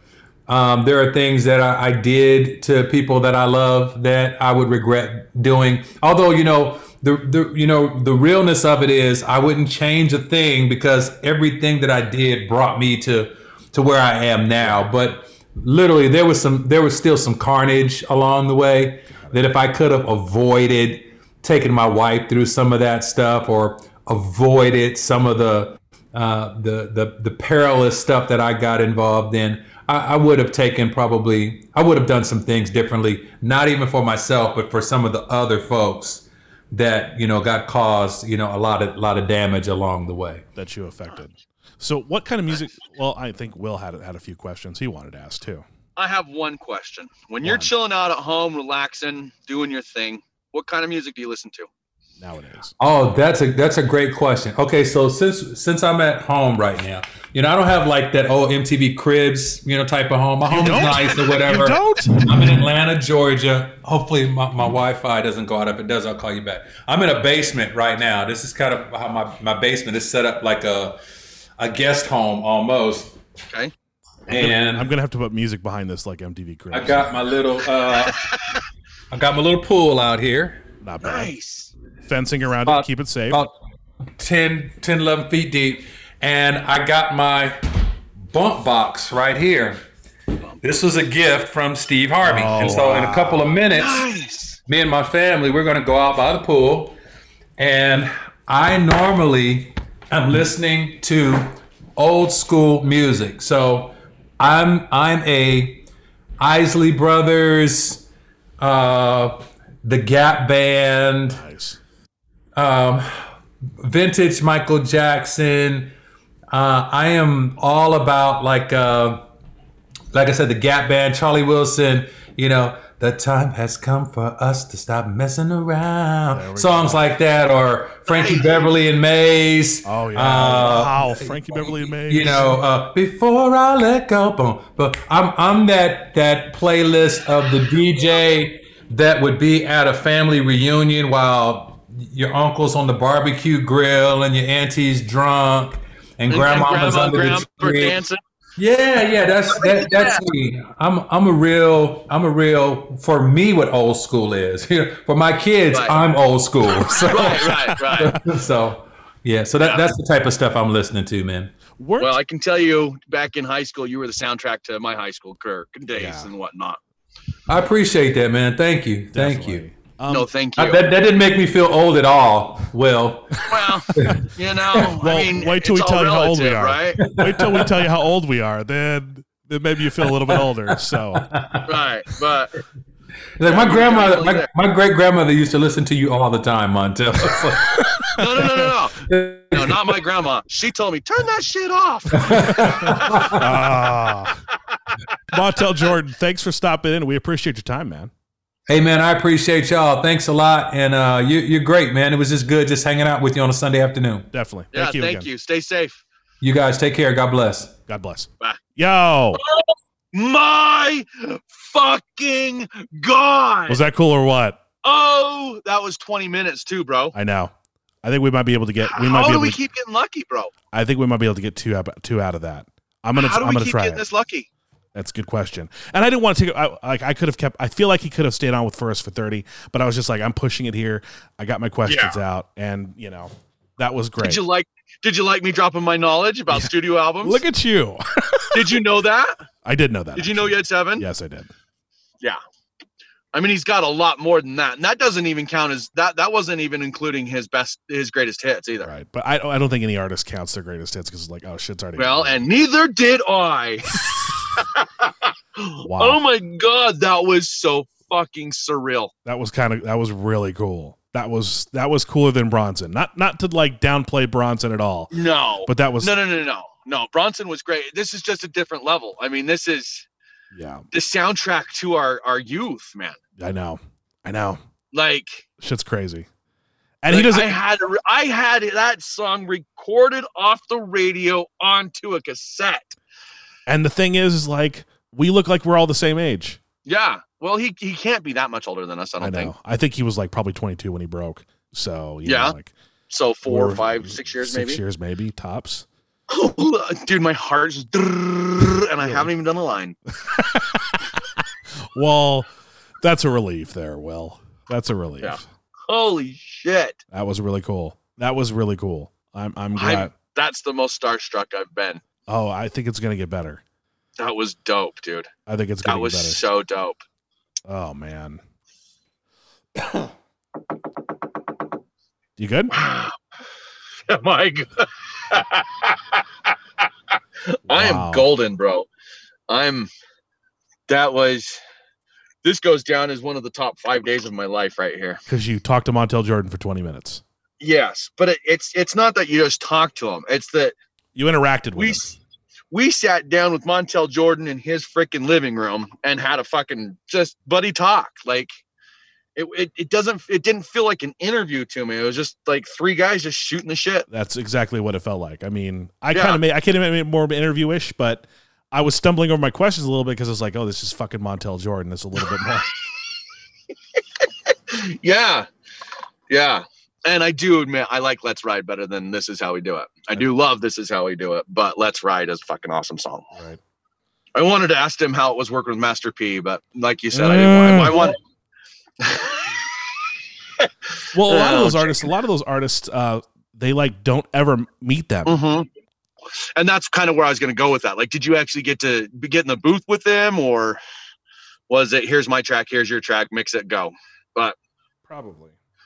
Speaker 6: Um, there are things that I, I did to people that I love that I would regret doing. Although you know the, the you know the realness of it is I wouldn't change a thing because everything that I did brought me to to where I am now. But literally there was some there was still some carnage along the way that if I could have avoided taking my wife through some of that stuff or avoided some of the uh, the, the the perilous stuff that I got involved in, I, I would have taken probably I would have done some things differently, not even for myself, but for some of the other folks that you know got caused you know a lot of lot of damage along the way
Speaker 3: that you affected. So, what kind of music? Well, I think Will had had a few questions he wanted to ask too.
Speaker 4: I have one question. When one. you're chilling out at home, relaxing, doing your thing, what kind of music do you listen to
Speaker 3: nowadays?
Speaker 6: Oh, that's a that's a great question. Okay, so since since I'm at home right now, you know, I don't have like that old MTV Cribs, you know, type of home. My home is nice or whatever.
Speaker 3: you don't?
Speaker 6: I'm in Atlanta, Georgia. Hopefully, my, my Wi-Fi doesn't go out. If it does, I'll call you back. I'm in a basement right now. This is kind of how my my basement is set up, like a a guest home almost.
Speaker 4: Okay.
Speaker 6: And
Speaker 3: I'm gonna have to put music behind this, like MTV Cribs.
Speaker 6: I got my little, uh, I got my little pool out here.
Speaker 3: Not bad.
Speaker 4: Nice.
Speaker 3: Fencing around about, it, keep it safe.
Speaker 6: About 10, 10, 11 feet deep, and I got my bump box right here. This was a gift from Steve Harvey,
Speaker 3: Oh,
Speaker 6: and so in a couple of minutes,
Speaker 4: Nice.
Speaker 6: me and my family we're gonna go out by the pool, and I normally am listening to old school music. So I'm I'm a Isley Brothers, uh, the Gap Band,
Speaker 3: Nice.
Speaker 6: um, vintage Michael Jackson. Uh, I am all about like uh, like I said, the Gap Band, Charlie Wilson. You know, the time has come for us to stop messing around. Songs like that, or Frankie Beverly and Mays.
Speaker 3: Oh yeah.
Speaker 6: Uh,
Speaker 3: wow, Frankie Beverly and Mays.
Speaker 6: you know, uh, before I let go, boom. But I'm I'm that that playlist of the DJ that would be at a family reunion while your uncle's on the barbecue grill and your auntie's drunk and, grandma's
Speaker 4: grandma,
Speaker 6: under
Speaker 4: grandma
Speaker 6: the
Speaker 4: were
Speaker 6: tree.
Speaker 4: dancing.
Speaker 6: Yeah, Oh, yeah, that's that, that's me. I'm I'm a real I'm a real for me what old school is. [LAUGHS] You know, for my kids,
Speaker 4: Right.
Speaker 6: I'm old school. [LAUGHS]
Speaker 4: [LAUGHS] [LAUGHS]
Speaker 6: So,
Speaker 4: Right, right, right.
Speaker 6: so yeah, so that, that's the type of stuff I'm listening to, man.
Speaker 3: Weren't-
Speaker 4: Well, I can tell you, back in high school, you were the soundtrack to my high school career days
Speaker 3: Yeah.
Speaker 4: and whatnot.
Speaker 6: I appreciate that, man. Thank you. Thank you.
Speaker 3: Definitely. Um,
Speaker 4: no, thank you.
Speaker 6: I, that, that didn't make me feel old at all. Well,
Speaker 4: [LAUGHS] well, you know,
Speaker 3: Well,
Speaker 4: I mean,
Speaker 3: wait till
Speaker 4: it's
Speaker 3: we tell
Speaker 4: all
Speaker 3: you how old we
Speaker 4: relative,
Speaker 3: are.
Speaker 4: right?
Speaker 3: Wait till we tell you how old we are, then then maybe you feel a little bit older. So
Speaker 4: right, but
Speaker 6: like my
Speaker 4: Yeah,
Speaker 6: grandmother,
Speaker 4: you're
Speaker 6: my,
Speaker 4: right.
Speaker 6: my great grandmother used to listen to you all the time, Montel. [LAUGHS] It's like-
Speaker 4: no, no, no, no, [LAUGHS] no, no, not my grandma. She told me turn that shit
Speaker 3: [LAUGHS]
Speaker 4: off.
Speaker 3: ah. Montel Jordan, thanks for stopping in. We appreciate your time, man.
Speaker 6: hey, man, I appreciate y'all. Thanks a lot, and uh, you, you're great, man. It was just good just hanging out with you on a Sunday afternoon.
Speaker 3: Definitely.
Speaker 4: yeah,
Speaker 3: thank you
Speaker 4: thank
Speaker 3: again.
Speaker 4: you. Stay safe.
Speaker 6: You guys take care. God bless.
Speaker 3: God bless.
Speaker 4: Bye.
Speaker 3: Yo.
Speaker 4: My fucking god!
Speaker 3: Was that cool or what?
Speaker 4: oh, that was 20 minutes too, bro.
Speaker 3: I know. I think we might be able to get we might
Speaker 4: How
Speaker 3: be
Speaker 4: do
Speaker 3: able
Speaker 4: we
Speaker 3: to,
Speaker 4: keep getting lucky, bro?
Speaker 3: I think we might be able to get two up, two out of that. I'm going to
Speaker 4: How do
Speaker 3: I'm
Speaker 4: we
Speaker 3: going to
Speaker 4: keep
Speaker 3: try
Speaker 4: getting
Speaker 3: it.
Speaker 4: this lucky?
Speaker 3: That's a good question. And I didn't want to take I like I could have kept I feel like he could have stayed on with first for 30, but I was just like I'm pushing it here. I got my questions out and, you know, that was
Speaker 4: Did
Speaker 3: great.
Speaker 4: you like? Did you like me dropping my knowledge about studio albums?
Speaker 3: Look at you.
Speaker 4: did you
Speaker 3: [LAUGHS]
Speaker 4: know that?
Speaker 3: I did know that.
Speaker 4: Did you know
Speaker 3: actually.
Speaker 4: you had seven?
Speaker 3: Yes, I did.
Speaker 4: I mean, he's got a lot more than that, and that doesn't even count as that. That wasn't even including his best, his greatest hits either.
Speaker 3: Right. But I, I don't think any artist counts their greatest hits because it's like, oh, shit's already.
Speaker 4: Well, and neither did
Speaker 3: [LAUGHS]
Speaker 4: I. [LAUGHS] Oh my god, that was so fucking surreal.
Speaker 3: that was kind of, that was really cool. That was, that was cooler than Bronson. Not, not to like downplay Bronson at all,
Speaker 4: No,
Speaker 3: but that was,
Speaker 4: no, no, no, no, no. Bronson was great. This is just a different level. I mean, this is
Speaker 3: yeah,
Speaker 4: the soundtrack to our our youth, man.
Speaker 3: I know. I know.
Speaker 4: Like
Speaker 3: Shit's crazy. and he
Speaker 4: Like,
Speaker 3: doesn't.
Speaker 4: I had I had that song recorded off the radio onto a cassette.
Speaker 3: and the thing is, is like we look like we're all the same age.
Speaker 4: Yeah. Well, he he can't be that much older than us. I
Speaker 3: I,
Speaker 4: don't
Speaker 3: know.
Speaker 4: think.
Speaker 3: I think he was like probably 22 when he broke. So you know,
Speaker 4: Yeah.
Speaker 3: like
Speaker 4: So four
Speaker 3: we're-
Speaker 4: or five, six years
Speaker 3: six
Speaker 4: maybe.
Speaker 3: years maybe tops.
Speaker 4: [LAUGHS] Dude, my heart's and I haven't even done a line.
Speaker 3: [LAUGHS] Well, that's a relief there. Will. that's a relief.
Speaker 4: Yeah. Holy shit!
Speaker 3: That was really cool. That was really cool. I'm I'm glad.
Speaker 4: I'm- That's the most starstruck I've been.
Speaker 3: oh, I think it's gonna get better.
Speaker 4: That was dope, dude.
Speaker 3: I think it's gonna
Speaker 4: That
Speaker 3: get
Speaker 4: was
Speaker 3: better.
Speaker 4: so dope.
Speaker 3: oh man. you good?
Speaker 4: [LAUGHS] Am I? g- [LAUGHS] I
Speaker 3: Wow.
Speaker 4: am golden, bro. I'm. That was. This goes down as one of the top five days of my life right here.
Speaker 3: Because you talked to Montel Jordan for 20 minutes.
Speaker 4: Yes, but it, it's it's not that you just talk to him. It's that
Speaker 3: You interacted with
Speaker 4: we
Speaker 3: him.
Speaker 4: s- we sat down with Montel Jordan in his freaking living room and had a fucking just buddy talk. Like it, it it doesn't it didn't feel like an interview to me. It was just like three guys just shooting the shit.
Speaker 3: That's exactly what it felt like. I mean, I
Speaker 4: Yeah.
Speaker 3: kind of made I could have made it more interviewish, but I was stumbling over my questions a little bit because I was like, oh, this is fucking Montel Jordan. It's a little bit more.
Speaker 4: yeah. Yeah. And I do admit I like Let's Ride better than This Is How We Do It. I do love This Is How We Do It, but Let's Ride is a fucking awesome song.
Speaker 3: right.
Speaker 4: I wanted to ask him how it was working with Master P, but like you said, I didn't want I [LAUGHS] want
Speaker 3: Well, a lot of
Speaker 4: Oh,
Speaker 3: those
Speaker 4: check.
Speaker 3: artists, a lot of those artists, uh, they like don't ever meet them.
Speaker 4: Mhm. And that's kind of where I was going to go with that. Like, did you actually get to be- get in the booth with them, or was it here's my track, here's your track, mix it, go?
Speaker 3: Probably.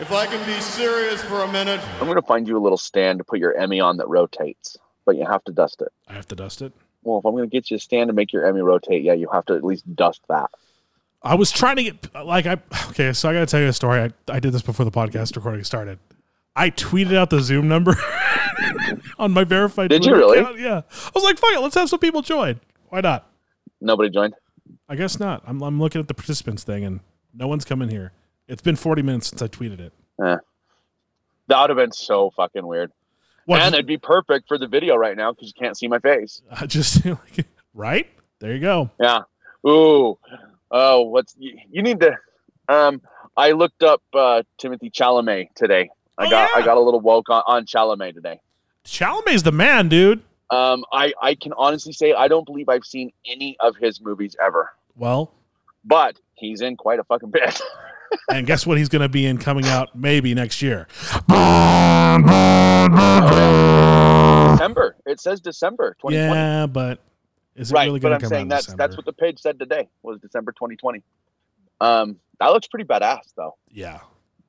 Speaker 7: If I can be serious for a minute.
Speaker 4: I'm going to find you a little stand to put your Emmy on that rotates, but you have to dust it.
Speaker 3: I have to dust it.
Speaker 4: Well, if I'm going to get you a stand to make your Emmy rotate, yeah, you have to at least dust that.
Speaker 3: I was trying to get like I okay, so I gotta tell you a story. I, I did this before the podcast recording started. I tweeted out the Zoom number [LAUGHS] on my verified.
Speaker 4: Did you
Speaker 3: Twitter
Speaker 4: really?
Speaker 3: account. Yeah, I was like, fuck it, let's have some people join. Why not?
Speaker 4: Nobody joined.
Speaker 3: I guess not. I'm I'm looking at the participants thing, and no one's coming here. It's been 40 minutes since I tweeted it.
Speaker 4: That would have been so fucking weird.
Speaker 3: What? [LAUGHS]
Speaker 4: And it'd be perfect for the video right now because you can't see my face.
Speaker 3: I just [LAUGHS] like, right there you go.
Speaker 4: Yeah. Ooh. Oh, what's you, you need to? Um, I looked up uh, Timothy Chalamet today. I
Speaker 3: Oh,
Speaker 4: got
Speaker 3: yeah.
Speaker 4: I got a little woke on, on Chalamet today.
Speaker 3: Chalamet's the man, dude.
Speaker 4: Um, I I can honestly say I don't believe I've seen any of his movies ever,
Speaker 3: Well,
Speaker 4: but he's in quite a fucking bit. [LAUGHS]
Speaker 3: and guess what? He's gonna be in coming out maybe next year.
Speaker 4: December. It says December 2020.
Speaker 3: Yeah, but is it
Speaker 4: right,
Speaker 3: really
Speaker 4: but
Speaker 3: gonna
Speaker 4: I'm
Speaker 3: come out
Speaker 4: saying
Speaker 3: in
Speaker 4: that's
Speaker 3: December?
Speaker 4: that's what the page said today was December 2020. Um, that looks pretty badass though.
Speaker 3: Yeah.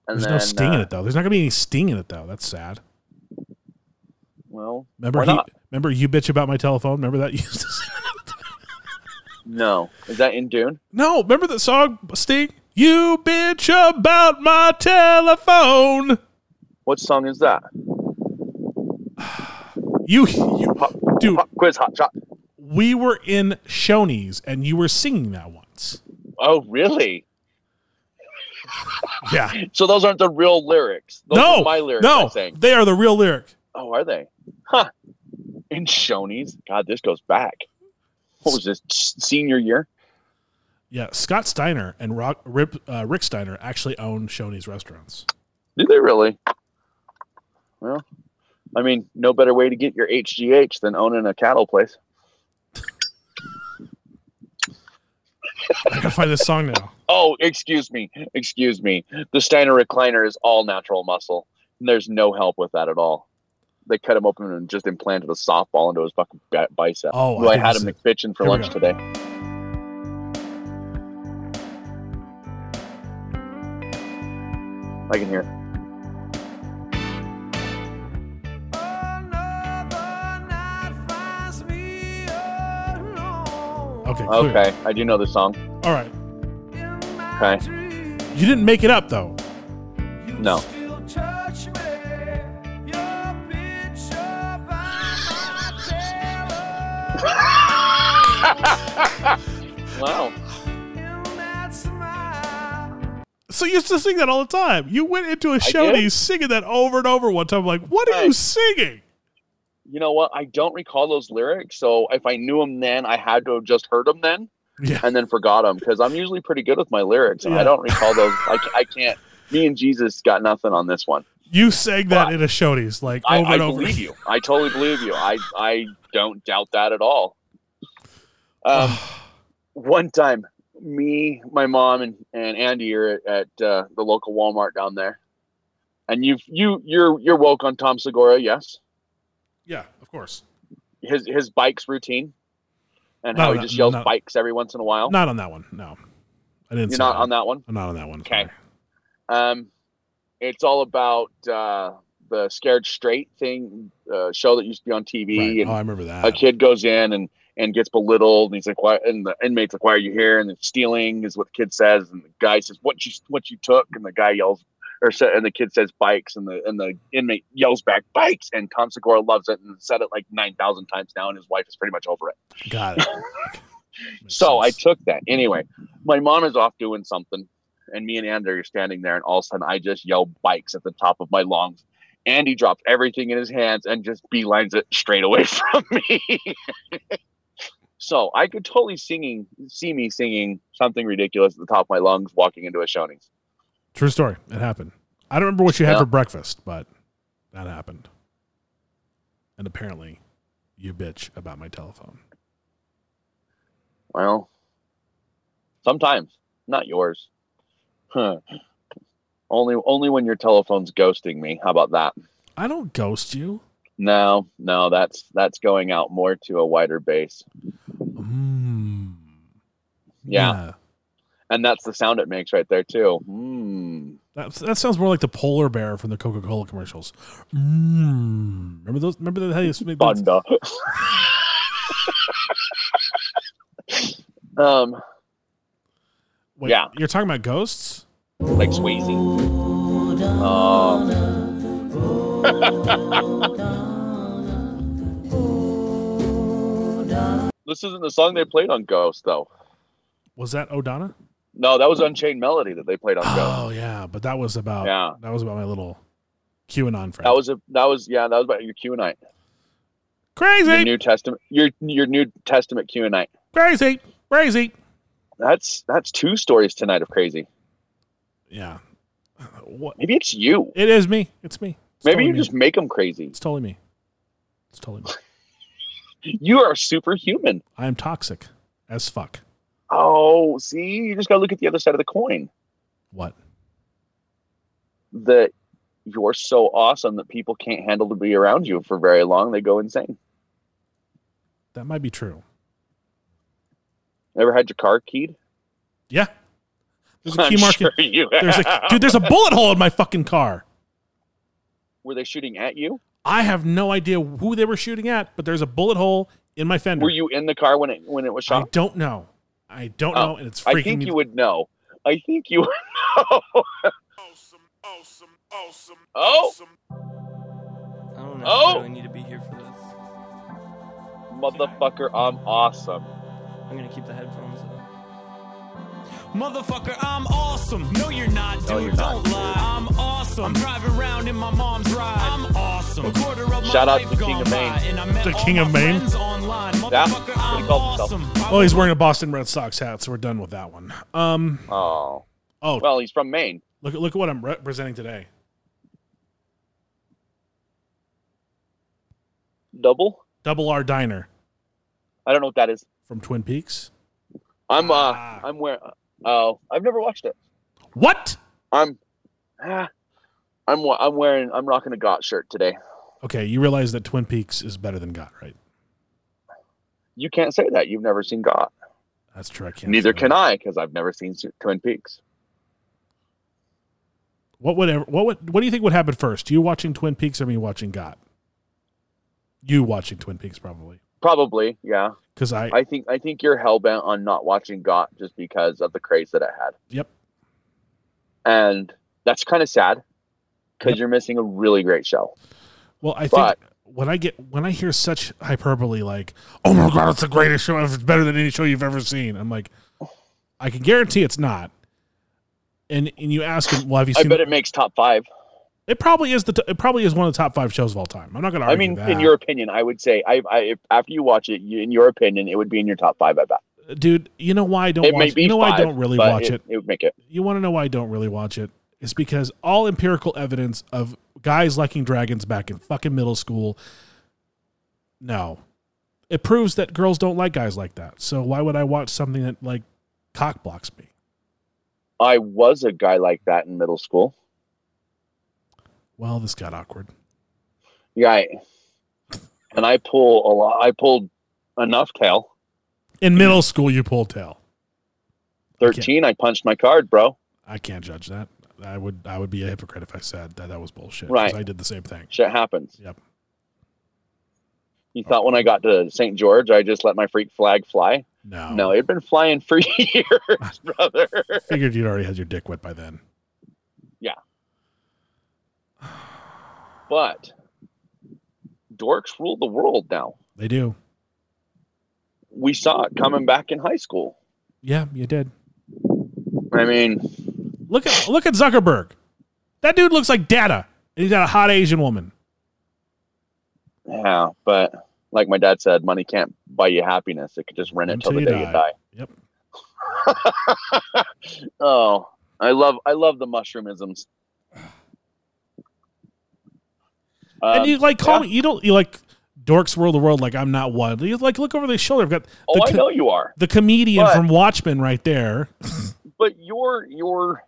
Speaker 4: And
Speaker 3: There's
Speaker 4: then,
Speaker 3: no sting in
Speaker 4: uh,
Speaker 3: it though. There's not gonna be any sting in it though. That's sad.
Speaker 4: Well,
Speaker 3: Remember
Speaker 4: why
Speaker 3: he,
Speaker 4: not?
Speaker 3: remember you bitch about my telephone. Remember that [LAUGHS] you used to sing?
Speaker 4: no, is that in Dune?
Speaker 3: No, remember that song Sting? You bitch about my telephone.
Speaker 4: What song is that?
Speaker 3: You you dude,
Speaker 4: Pop quiz hot shot.
Speaker 3: we were in Shoney's and you were singing that once.
Speaker 4: Oh, really?
Speaker 3: Yeah.
Speaker 4: [LAUGHS] So those aren't the real lyrics. Those
Speaker 3: no.
Speaker 4: are my lyrics.
Speaker 3: no.
Speaker 4: I'm saying.
Speaker 3: They are the real lyric.
Speaker 4: Oh, are they? Huh. In Shoney's. God, this goes back. What was this? s- Senior year?
Speaker 3: Yeah, Scott Steiner and Rock, Rip, uh, Rick Steiner actually own Shoney's restaurants.
Speaker 4: Do they really? Well, I mean, no better way to get your HGH than owning a cattle place.
Speaker 3: I gotta find this song now.
Speaker 4: Oh, excuse me. Excuse me. The Steiner recliner is all natural muscle. And there's no help with that at all. They cut him open and just implanted a softball into his fucking bi- bicep.
Speaker 3: Oh, I
Speaker 4: Who I,
Speaker 3: think
Speaker 4: had a
Speaker 3: this is-
Speaker 4: McFitchin for
Speaker 3: Here we
Speaker 4: lunch
Speaker 3: go.
Speaker 4: today. I can hear. it.
Speaker 3: Okay, clear.
Speaker 4: Okay, I do know the song.
Speaker 3: All right.
Speaker 4: Okay,
Speaker 3: You didn't make it up though.
Speaker 4: no. Wow.
Speaker 3: So you used to sing that all the time. You went into a show
Speaker 4: did?
Speaker 3: and he's singing that over and over one time. I'm like, what are you
Speaker 4: Right.
Speaker 3: singing?
Speaker 4: You know what? I don't recall those lyrics, so if I knew them then, I had to have just heard them then.
Speaker 3: Yeah.
Speaker 4: and then forgot them because I'm usually pretty good with my lyrics.
Speaker 3: Yeah.
Speaker 4: I don't recall those. I, ca- I can't. Me and Jesus got nothing on this one.
Speaker 3: You sang that
Speaker 4: Well,
Speaker 3: in a Shoney's like
Speaker 4: I,
Speaker 3: over
Speaker 4: I
Speaker 3: and over.
Speaker 4: believe you. I totally believe you. I I don't doubt that at all.
Speaker 3: [SIGHS]
Speaker 4: Um, one time, me, my mom, and, and Andy are at, at uh, the local Walmart down there, and you you you're you're woke on Tom Segura, yes?
Speaker 3: [LAUGHS] Yeah, of course.
Speaker 4: His his bikes routine, and
Speaker 3: No,
Speaker 4: how he
Speaker 3: no,
Speaker 4: just yells
Speaker 3: no.
Speaker 4: bikes every once in a while.
Speaker 3: Not on that one. No. I didn't
Speaker 4: You're
Speaker 3: see
Speaker 4: not on that one.
Speaker 3: I'm not on that one.
Speaker 4: Okay.
Speaker 3: sorry.
Speaker 4: Um, it's all about uh, the scared straight thing uh, show that used to be on TV,
Speaker 3: Right.
Speaker 4: and
Speaker 3: Oh, I remember that.
Speaker 4: a kid goes in and and gets belittled, and he's like, "Why?" And the inmate's like, "Why are you here?" And it's stealing is what the kid says, and the guy says, "What you what you took?" And the guy yells, or sa- and the kid says, "Bikes," and the and the inmate yells back, "Bikes!" And Tom Segura loves it and said it like nine thousand times now, and his wife is pretty much over it. [LAUGHS]
Speaker 3: Got it. Makes
Speaker 4: So I
Speaker 3: sense.
Speaker 4: took that. Anyway, my mom is off doing something, and me and Andy are standing there, and all of a sudden I just yell bikes at the top of my lungs. Andy drops everything in his hands and just beelines it straight away [LAUGHS] from me. so I could totally singing see me singing something ridiculous at the top of my lungs walking into a Shoney's.
Speaker 3: True story. It happened. I don't remember what you had
Speaker 4: Yeah.
Speaker 3: for breakfast, but that happened. And apparently, you bitch about my telephone.
Speaker 4: Well, sometimes, not yours. Huh. Only only when your telephone's ghosting me. How about that?
Speaker 3: I don't ghost you.
Speaker 4: No, no, that's that's going out more to a wider base.
Speaker 3: Mm.
Speaker 4: Yeah. And that's the sound it makes right there too. Mm.
Speaker 3: That, that sounds more like the polar bear from the Coca Cola commercials. Mm. Remember those? Remember that? How you make those-
Speaker 4: Thunder. [LAUGHS] um,
Speaker 3: Wait,
Speaker 4: Yeah.
Speaker 3: You're talking about ghosts?
Speaker 4: like Sweezy. Oh, this isn't the song they played on Ghost though.
Speaker 3: Was that O'Donna?
Speaker 4: No, that was Unchained Melody that they played on Ghost.
Speaker 3: Oh yeah, but that was about
Speaker 4: Yeah.
Speaker 3: that was about my little QAnon friend.
Speaker 4: That was a that was yeah that was about your Q night, your
Speaker 3: crazy,
Speaker 4: New Testament, your your New Testament Q night.
Speaker 3: crazy, crazy.
Speaker 4: That's that's two stories tonight of crazy.
Speaker 3: Yeah. What?
Speaker 4: Maybe it's you.
Speaker 3: It is me. It's me. It's
Speaker 4: Maybe
Speaker 3: totally
Speaker 4: you
Speaker 3: me.
Speaker 4: just make them crazy.
Speaker 3: It's totally me. It's totally me.
Speaker 4: You are superhuman.
Speaker 3: I am toxic as fuck.
Speaker 4: Oh, see, you just gotta look at the other side of the coin.
Speaker 3: What?
Speaker 4: That you're so awesome that people can't handle to be around you for very long. They go insane.
Speaker 3: That might be true.
Speaker 4: Ever had your car keyed?
Speaker 3: Yeah. There's a
Speaker 4: [LAUGHS] I'm
Speaker 3: key mark. in-
Speaker 4: sure you
Speaker 3: [LAUGHS] There's a
Speaker 4: have.
Speaker 3: dude. There's a bullet hole in my fucking car.
Speaker 4: Were they shooting at you?
Speaker 3: I have no idea who they were shooting at, but there's a bullet hole in my fender.
Speaker 4: Were you in the car when it when it was
Speaker 3: I
Speaker 4: shot?
Speaker 3: don't know. I don't
Speaker 4: Oh,
Speaker 3: know, and it's
Speaker 4: I,
Speaker 3: freaking
Speaker 4: think
Speaker 3: me.
Speaker 4: you would know. I think you would know. Oh,
Speaker 2: I don't
Speaker 4: Oh!
Speaker 2: necessarily need to be here for this.
Speaker 4: motherfucker, I'm awesome.
Speaker 2: I'm gonna keep the headphones on. Motherfucker, I'm awesome. No, you're not, dude.
Speaker 4: No, you're not,
Speaker 2: Don't lie. I'm awesome. I'm driving around in my mom's ride. I'm awesome.
Speaker 3: awesome.
Speaker 4: Shout out to the King of Maine.
Speaker 3: The King of Maine.
Speaker 4: Yeah, that's what he calls himself.
Speaker 3: Well, Oh, he's wearing a Boston Red Sox hat, so we're done with that one. Um,
Speaker 4: Oh,
Speaker 3: oh,
Speaker 4: well, he's from Maine.
Speaker 3: look look at what I'm representing today.
Speaker 4: Double.
Speaker 3: Double R Diner
Speaker 4: I don't know what that is.
Speaker 3: from Twin Peaks.
Speaker 4: I'm uh,
Speaker 3: Ah.
Speaker 4: I'm where. Oh, I've never watched it.
Speaker 3: What?
Speaker 4: I'm, ah, I'm wa- I'm wearing I'm rocking a got shirt today.
Speaker 3: Okay, you realize that Twin Peaks is better than God, right?
Speaker 4: You can't say that. You've never seen got.
Speaker 3: That's true. I can't
Speaker 4: Neither
Speaker 3: say
Speaker 4: can
Speaker 3: that.
Speaker 4: I because I've never seen Su- Twin Peaks.
Speaker 3: What would ever, what would what do you think would happen first? You watching Twin Peaks or me watching God? You watching Twin Peaks probably
Speaker 4: Probably, yeah.
Speaker 3: because I,
Speaker 4: I think I think you're hell bent on not watching Got just because of the craze that it had,
Speaker 3: yep
Speaker 4: and that's kind of sad because you're missing a really great show.
Speaker 3: well I think
Speaker 4: But-
Speaker 3: when I get when I hear such hyperbole like oh my god it's the greatest show it's better than any show you've ever seen I'm like I can guarantee it's not and and you ask him well have you
Speaker 4: I
Speaker 3: seen
Speaker 4: bet it makes top five.
Speaker 3: It probably is the t- it probably is one of the top five shows of all time I'm not gonna
Speaker 4: I
Speaker 3: argue
Speaker 4: mean,
Speaker 3: that.
Speaker 4: in your opinion, I would say I, I if, after you watch it, you, in your opinion, it would be in your top five. I bet
Speaker 3: dude you know why I don't
Speaker 4: it may
Speaker 3: watch
Speaker 4: be.
Speaker 3: you know why I
Speaker 4: five,
Speaker 3: don't really
Speaker 4: but
Speaker 3: watch it
Speaker 4: It would make it.
Speaker 3: you want to know why I don't really watch it? It's because all empirical evidence of guys liking dragons back in fucking middle school. No, it proves that girls don't like guys like that. So why would I watch something that like cock blocks me?
Speaker 4: I was a guy like that in middle school.
Speaker 3: Well, this got awkward.
Speaker 4: Yeah, I- and I pull a lot. I pulled enough tail.
Speaker 3: In middle school, you pull tail.
Speaker 4: Thirteen, I punched my card, bro.
Speaker 3: I can't judge that. I would I would be a hypocrite if I said that that was bullshit. 'cause
Speaker 4: Right.
Speaker 3: I did the same thing.
Speaker 4: Shit happens.
Speaker 3: Yep.
Speaker 4: You thought when I got to St. George, I just let my freak flag fly?
Speaker 3: No.
Speaker 4: No, it'd been flying for [LAUGHS] years, brother.
Speaker 3: Figured you'd already had your dick wet by then.
Speaker 4: But dorks rule the world now.
Speaker 3: They do.
Speaker 4: We saw it coming back in high school.
Speaker 3: Yeah, you did.
Speaker 4: I mean,
Speaker 3: Look at look at Zuckerberg. That dude looks like Data. And he's got a hot Asian woman.
Speaker 4: yeah, but like my dad said, money can't buy you happiness. It could just rent it till the
Speaker 3: Until
Speaker 4: day
Speaker 3: you
Speaker 4: you
Speaker 3: die.
Speaker 4: die.
Speaker 3: Yep.
Speaker 4: [LAUGHS] Oh, I love I love the mushroomisms. Um,
Speaker 3: and you like call
Speaker 4: yeah.
Speaker 3: me you don't you like dorks rule the world like I'm not one. You like look over their shoulder. I've got the,
Speaker 4: Oh, I
Speaker 3: co-
Speaker 4: know you are.
Speaker 3: the comedian
Speaker 4: But-
Speaker 3: from Watchmen right there.
Speaker 4: but your your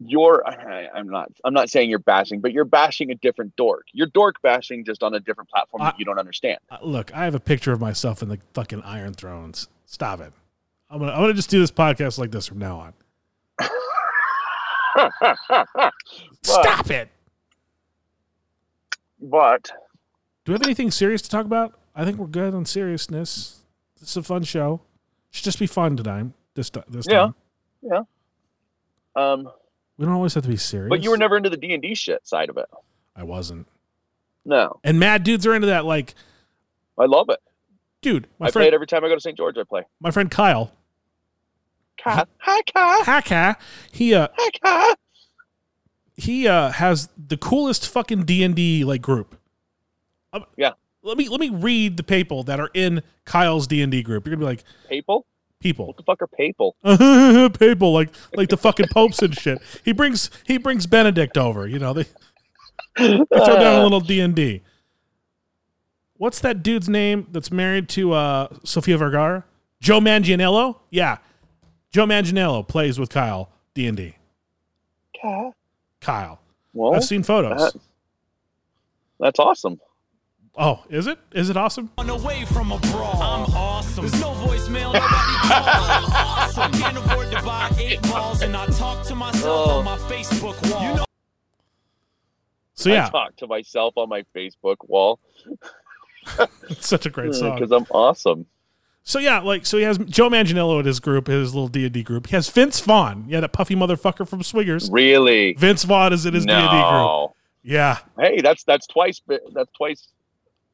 Speaker 4: your I, I'm not I'm not saying you're bashing, but you're bashing a different dork. You're dork bashing just on a different platform
Speaker 3: I-
Speaker 4: that you don't understand.
Speaker 3: Uh, Look, I have a picture of myself in the fucking Iron Thrones. Stop it. I'm gonna I'm gonna just do this podcast like this from now
Speaker 4: [LAUGHS]
Speaker 3: on. Stop it.
Speaker 4: But
Speaker 3: Do we have anything serious to talk about? I think we're good on seriousness. This is a fun show. Should just be fun tonight. This ti- this
Speaker 4: Yeah.
Speaker 3: time.
Speaker 4: um,
Speaker 3: We don't always have to be serious.
Speaker 4: but you were never into the D and D shit side of it.
Speaker 3: I wasn't.
Speaker 4: No,
Speaker 3: And mad dudes are into that. Like,
Speaker 4: I love it.
Speaker 3: dude, my
Speaker 4: I play
Speaker 3: friend,
Speaker 4: it every time I go to St. George. I play.
Speaker 3: my friend Kyle,
Speaker 4: Cat. Hi, cat.
Speaker 3: Haka, he uh,
Speaker 4: Hi, cat.
Speaker 3: he uh, has the coolest fucking D and D like group. Um,
Speaker 4: Yeah.
Speaker 3: Let me let me read the people that are in Kyle's D and D group. You're gonna be like
Speaker 4: Papal?
Speaker 3: people,
Speaker 4: What the fuck are papal?
Speaker 3: [LAUGHS] people like like the fucking popes and shit. He brings he brings Benedict over. You know they, they throw down a
Speaker 4: [LAUGHS]
Speaker 3: little D and D. What's that dude's name that's married to uh, Sofia Vergara? Joe Manganiello. Yeah, Joe Manganiello plays with Kyle D and D.
Speaker 4: Cat.
Speaker 3: Kyle,
Speaker 4: Well,
Speaker 3: I've seen photos.
Speaker 4: that- that's awesome.
Speaker 3: oh, is it is it awesome?
Speaker 2: On away from a brawl. I'm awesome. There's no voicemail, nobody call. I'm awesome. Can't afford to buy eight balls, and I talk to myself
Speaker 4: Oh.
Speaker 2: on my Facebook wall. You know,
Speaker 3: So yeah,
Speaker 4: I talk to myself on my Facebook wall
Speaker 3: it's such a great song.
Speaker 4: because I'm awesome.
Speaker 3: So yeah, like so he has Joe Manganiello at his group, his little D and D group. He has Vince Vaughn, yeah, that puffy motherfucker from Swiggers.
Speaker 4: Really?
Speaker 3: Vince Vaughn is in his D and D group.
Speaker 4: No.
Speaker 3: Yeah,
Speaker 4: Hey, that's that's twice. bi- That's twice.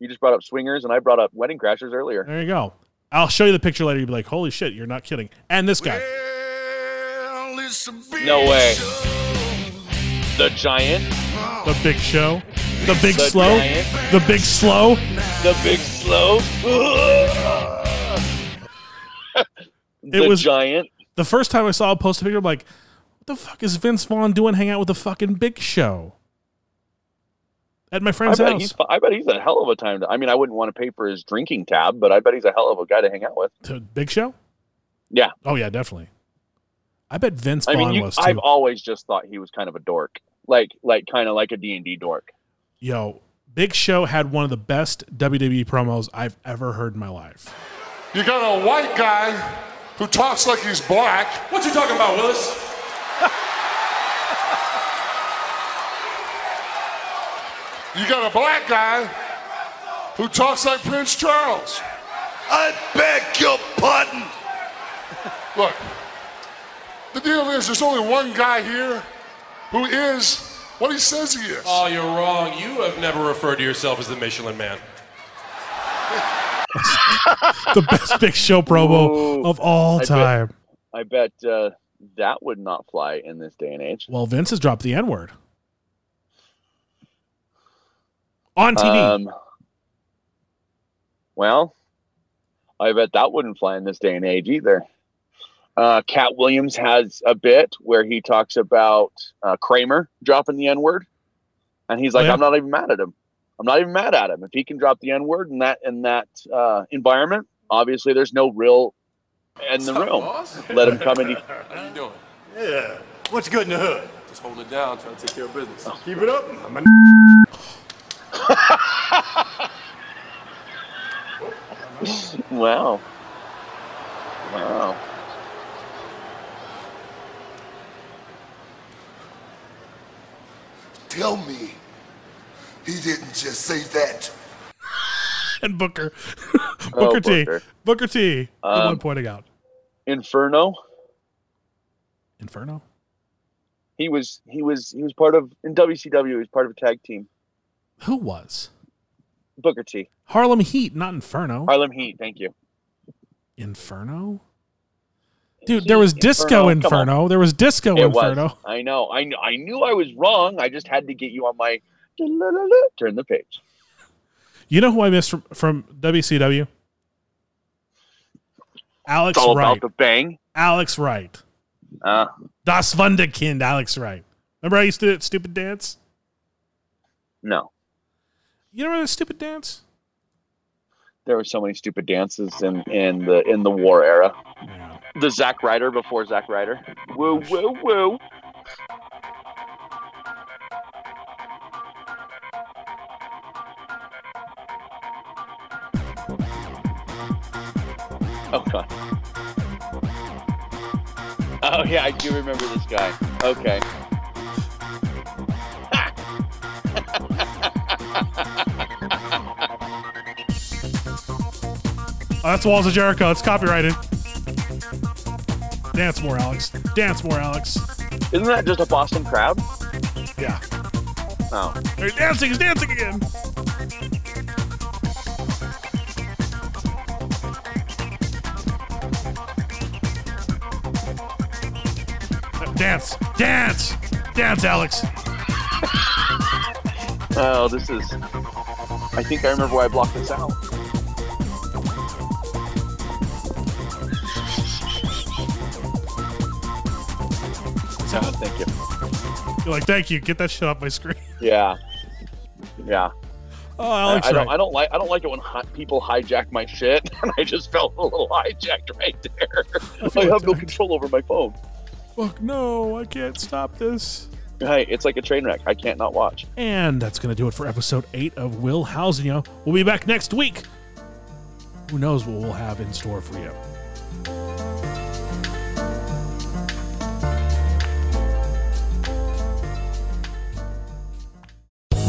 Speaker 4: You just brought up swingers, and I brought up wedding crashers earlier.
Speaker 3: there you go. I'll show you the picture later. You'll be like, "Holy shit, you're not kidding!" And this guy,
Speaker 4: No way. The giant.
Speaker 3: the Big Show. The big
Speaker 4: The
Speaker 3: slow.
Speaker 4: giant.
Speaker 3: The big slow.
Speaker 4: The big slow. the
Speaker 3: was-
Speaker 4: giant.
Speaker 3: The first time I saw him post a picture, I'm like, what the fuck is Vince Vaughn doing hanging out with the fucking Big Show? At my
Speaker 4: I
Speaker 3: friend's
Speaker 4: bet,
Speaker 3: house.
Speaker 4: he's, I bet he's a hell of a time. To, I mean, I wouldn't want to pay for his drinking tab, but I bet he's a hell of a guy to hang out with.
Speaker 3: To Big Show?
Speaker 4: Yeah.
Speaker 3: Oh, yeah, definitely. I bet Vince
Speaker 4: I
Speaker 3: Vaughn
Speaker 4: mean, you,
Speaker 3: was too.
Speaker 4: I've always just thought he was kind of a dork, like like kind of like a D and D dork.
Speaker 3: Yo, Big Show had one of the best WWE promos I've ever heard in my life.
Speaker 8: You got a white guy who talks like he's black. What you talking about, Willis? you got a black guy who talks like Prince Charles. I beg your pardon. Look, the deal is there's only one guy here who is what he says he is.
Speaker 6: Oh, you're wrong. You have never referred to yourself as the Michelin Man.
Speaker 3: The best Big Show promo
Speaker 4: Ooh.
Speaker 3: of all
Speaker 4: I bet-
Speaker 3: time.
Speaker 4: I bet uh, that would not fly in this day and age.
Speaker 3: Well, Vince has dropped the N word on TV.
Speaker 4: Um, well, I bet that wouldn't fly in this day and age either. Uh, Cat Williams has a bit where he talks about uh, Kramer dropping the N word, and he's
Speaker 3: Oh,
Speaker 4: like,
Speaker 3: yeah?
Speaker 4: "I'm not even mad at him. I'm not even mad at him. If he can drop the N word in that in that uh, environment, obviously there's no real in the room. Let him come in. He-
Speaker 6: How you doing?
Speaker 9: Yeah. What's good in the hood?
Speaker 6: Just holding it down, trying to take care of business.
Speaker 9: Keep it up. I'm a
Speaker 4: wow, wow.
Speaker 10: Tell me he didn't just say that.
Speaker 3: and
Speaker 4: [LAUGHS]
Speaker 3: Booker. Booker,
Speaker 4: Oh,
Speaker 3: T.
Speaker 4: Booker.
Speaker 3: Booker T. the one
Speaker 4: Um,
Speaker 3: pointing out.
Speaker 4: Inferno.
Speaker 3: Inferno?
Speaker 4: He was he was he was part of in WCW. He was part of a tag team.
Speaker 3: Who was?
Speaker 4: Booker T.
Speaker 3: Harlem Heat, not Inferno.
Speaker 4: Harlem Heat. Thank you.
Speaker 3: Inferno? Dude, there was
Speaker 4: Heat,
Speaker 3: Disco
Speaker 4: Inferno, come on.
Speaker 3: Inferno. There was Disco
Speaker 4: it
Speaker 3: Inferno.
Speaker 4: was. I know. I kn- I knew I was wrong. I just had to get you on my turn the page.
Speaker 3: You know who I missed from, from WCW? Alex
Speaker 4: it's all
Speaker 3: Wright.
Speaker 4: about the bang.
Speaker 3: Alex Wright.
Speaker 4: Uh,
Speaker 3: Das Wunderkind, Alex Wright. Remember I used to do that stupid dance?
Speaker 4: no,
Speaker 3: You remember the stupid dance?
Speaker 4: there were so many stupid dances in in the in the war era. The Zack Ryder before Zack Ryder. Woo woo woo. Oh god. Oh yeah, I do remember this guy. Okay.
Speaker 3: Oh, that's Walls of Jericho. It's copyrighted. Dance more, Alex. Dance more, Alex.
Speaker 4: Isn't that just a Boston crab?
Speaker 3: Yeah.
Speaker 4: Oh.
Speaker 3: He's dancing. He's dancing again. Dance. Dance. Dance, Alex.
Speaker 4: Oh, this is. I think I remember why I blocked this out. Oh, thank you.
Speaker 3: You're like, thank you. Get that shit off my screen. [LAUGHS]
Speaker 4: Yeah. Yeah.
Speaker 3: Oh, Alex
Speaker 4: I, I don't.
Speaker 3: Wright.
Speaker 4: I don't like. I don't like it when hi- people hijack my shit, [LAUGHS] and I just felt a little hijacked right there. I have no control over my phone.
Speaker 3: Fuck no, I can't stop this.
Speaker 4: Hey, it's like a train wreck. I can't not watch.
Speaker 3: And that's going to do it for episode 8 of Will Housing You. We'll be back next week. Who knows what we'll have in store for you.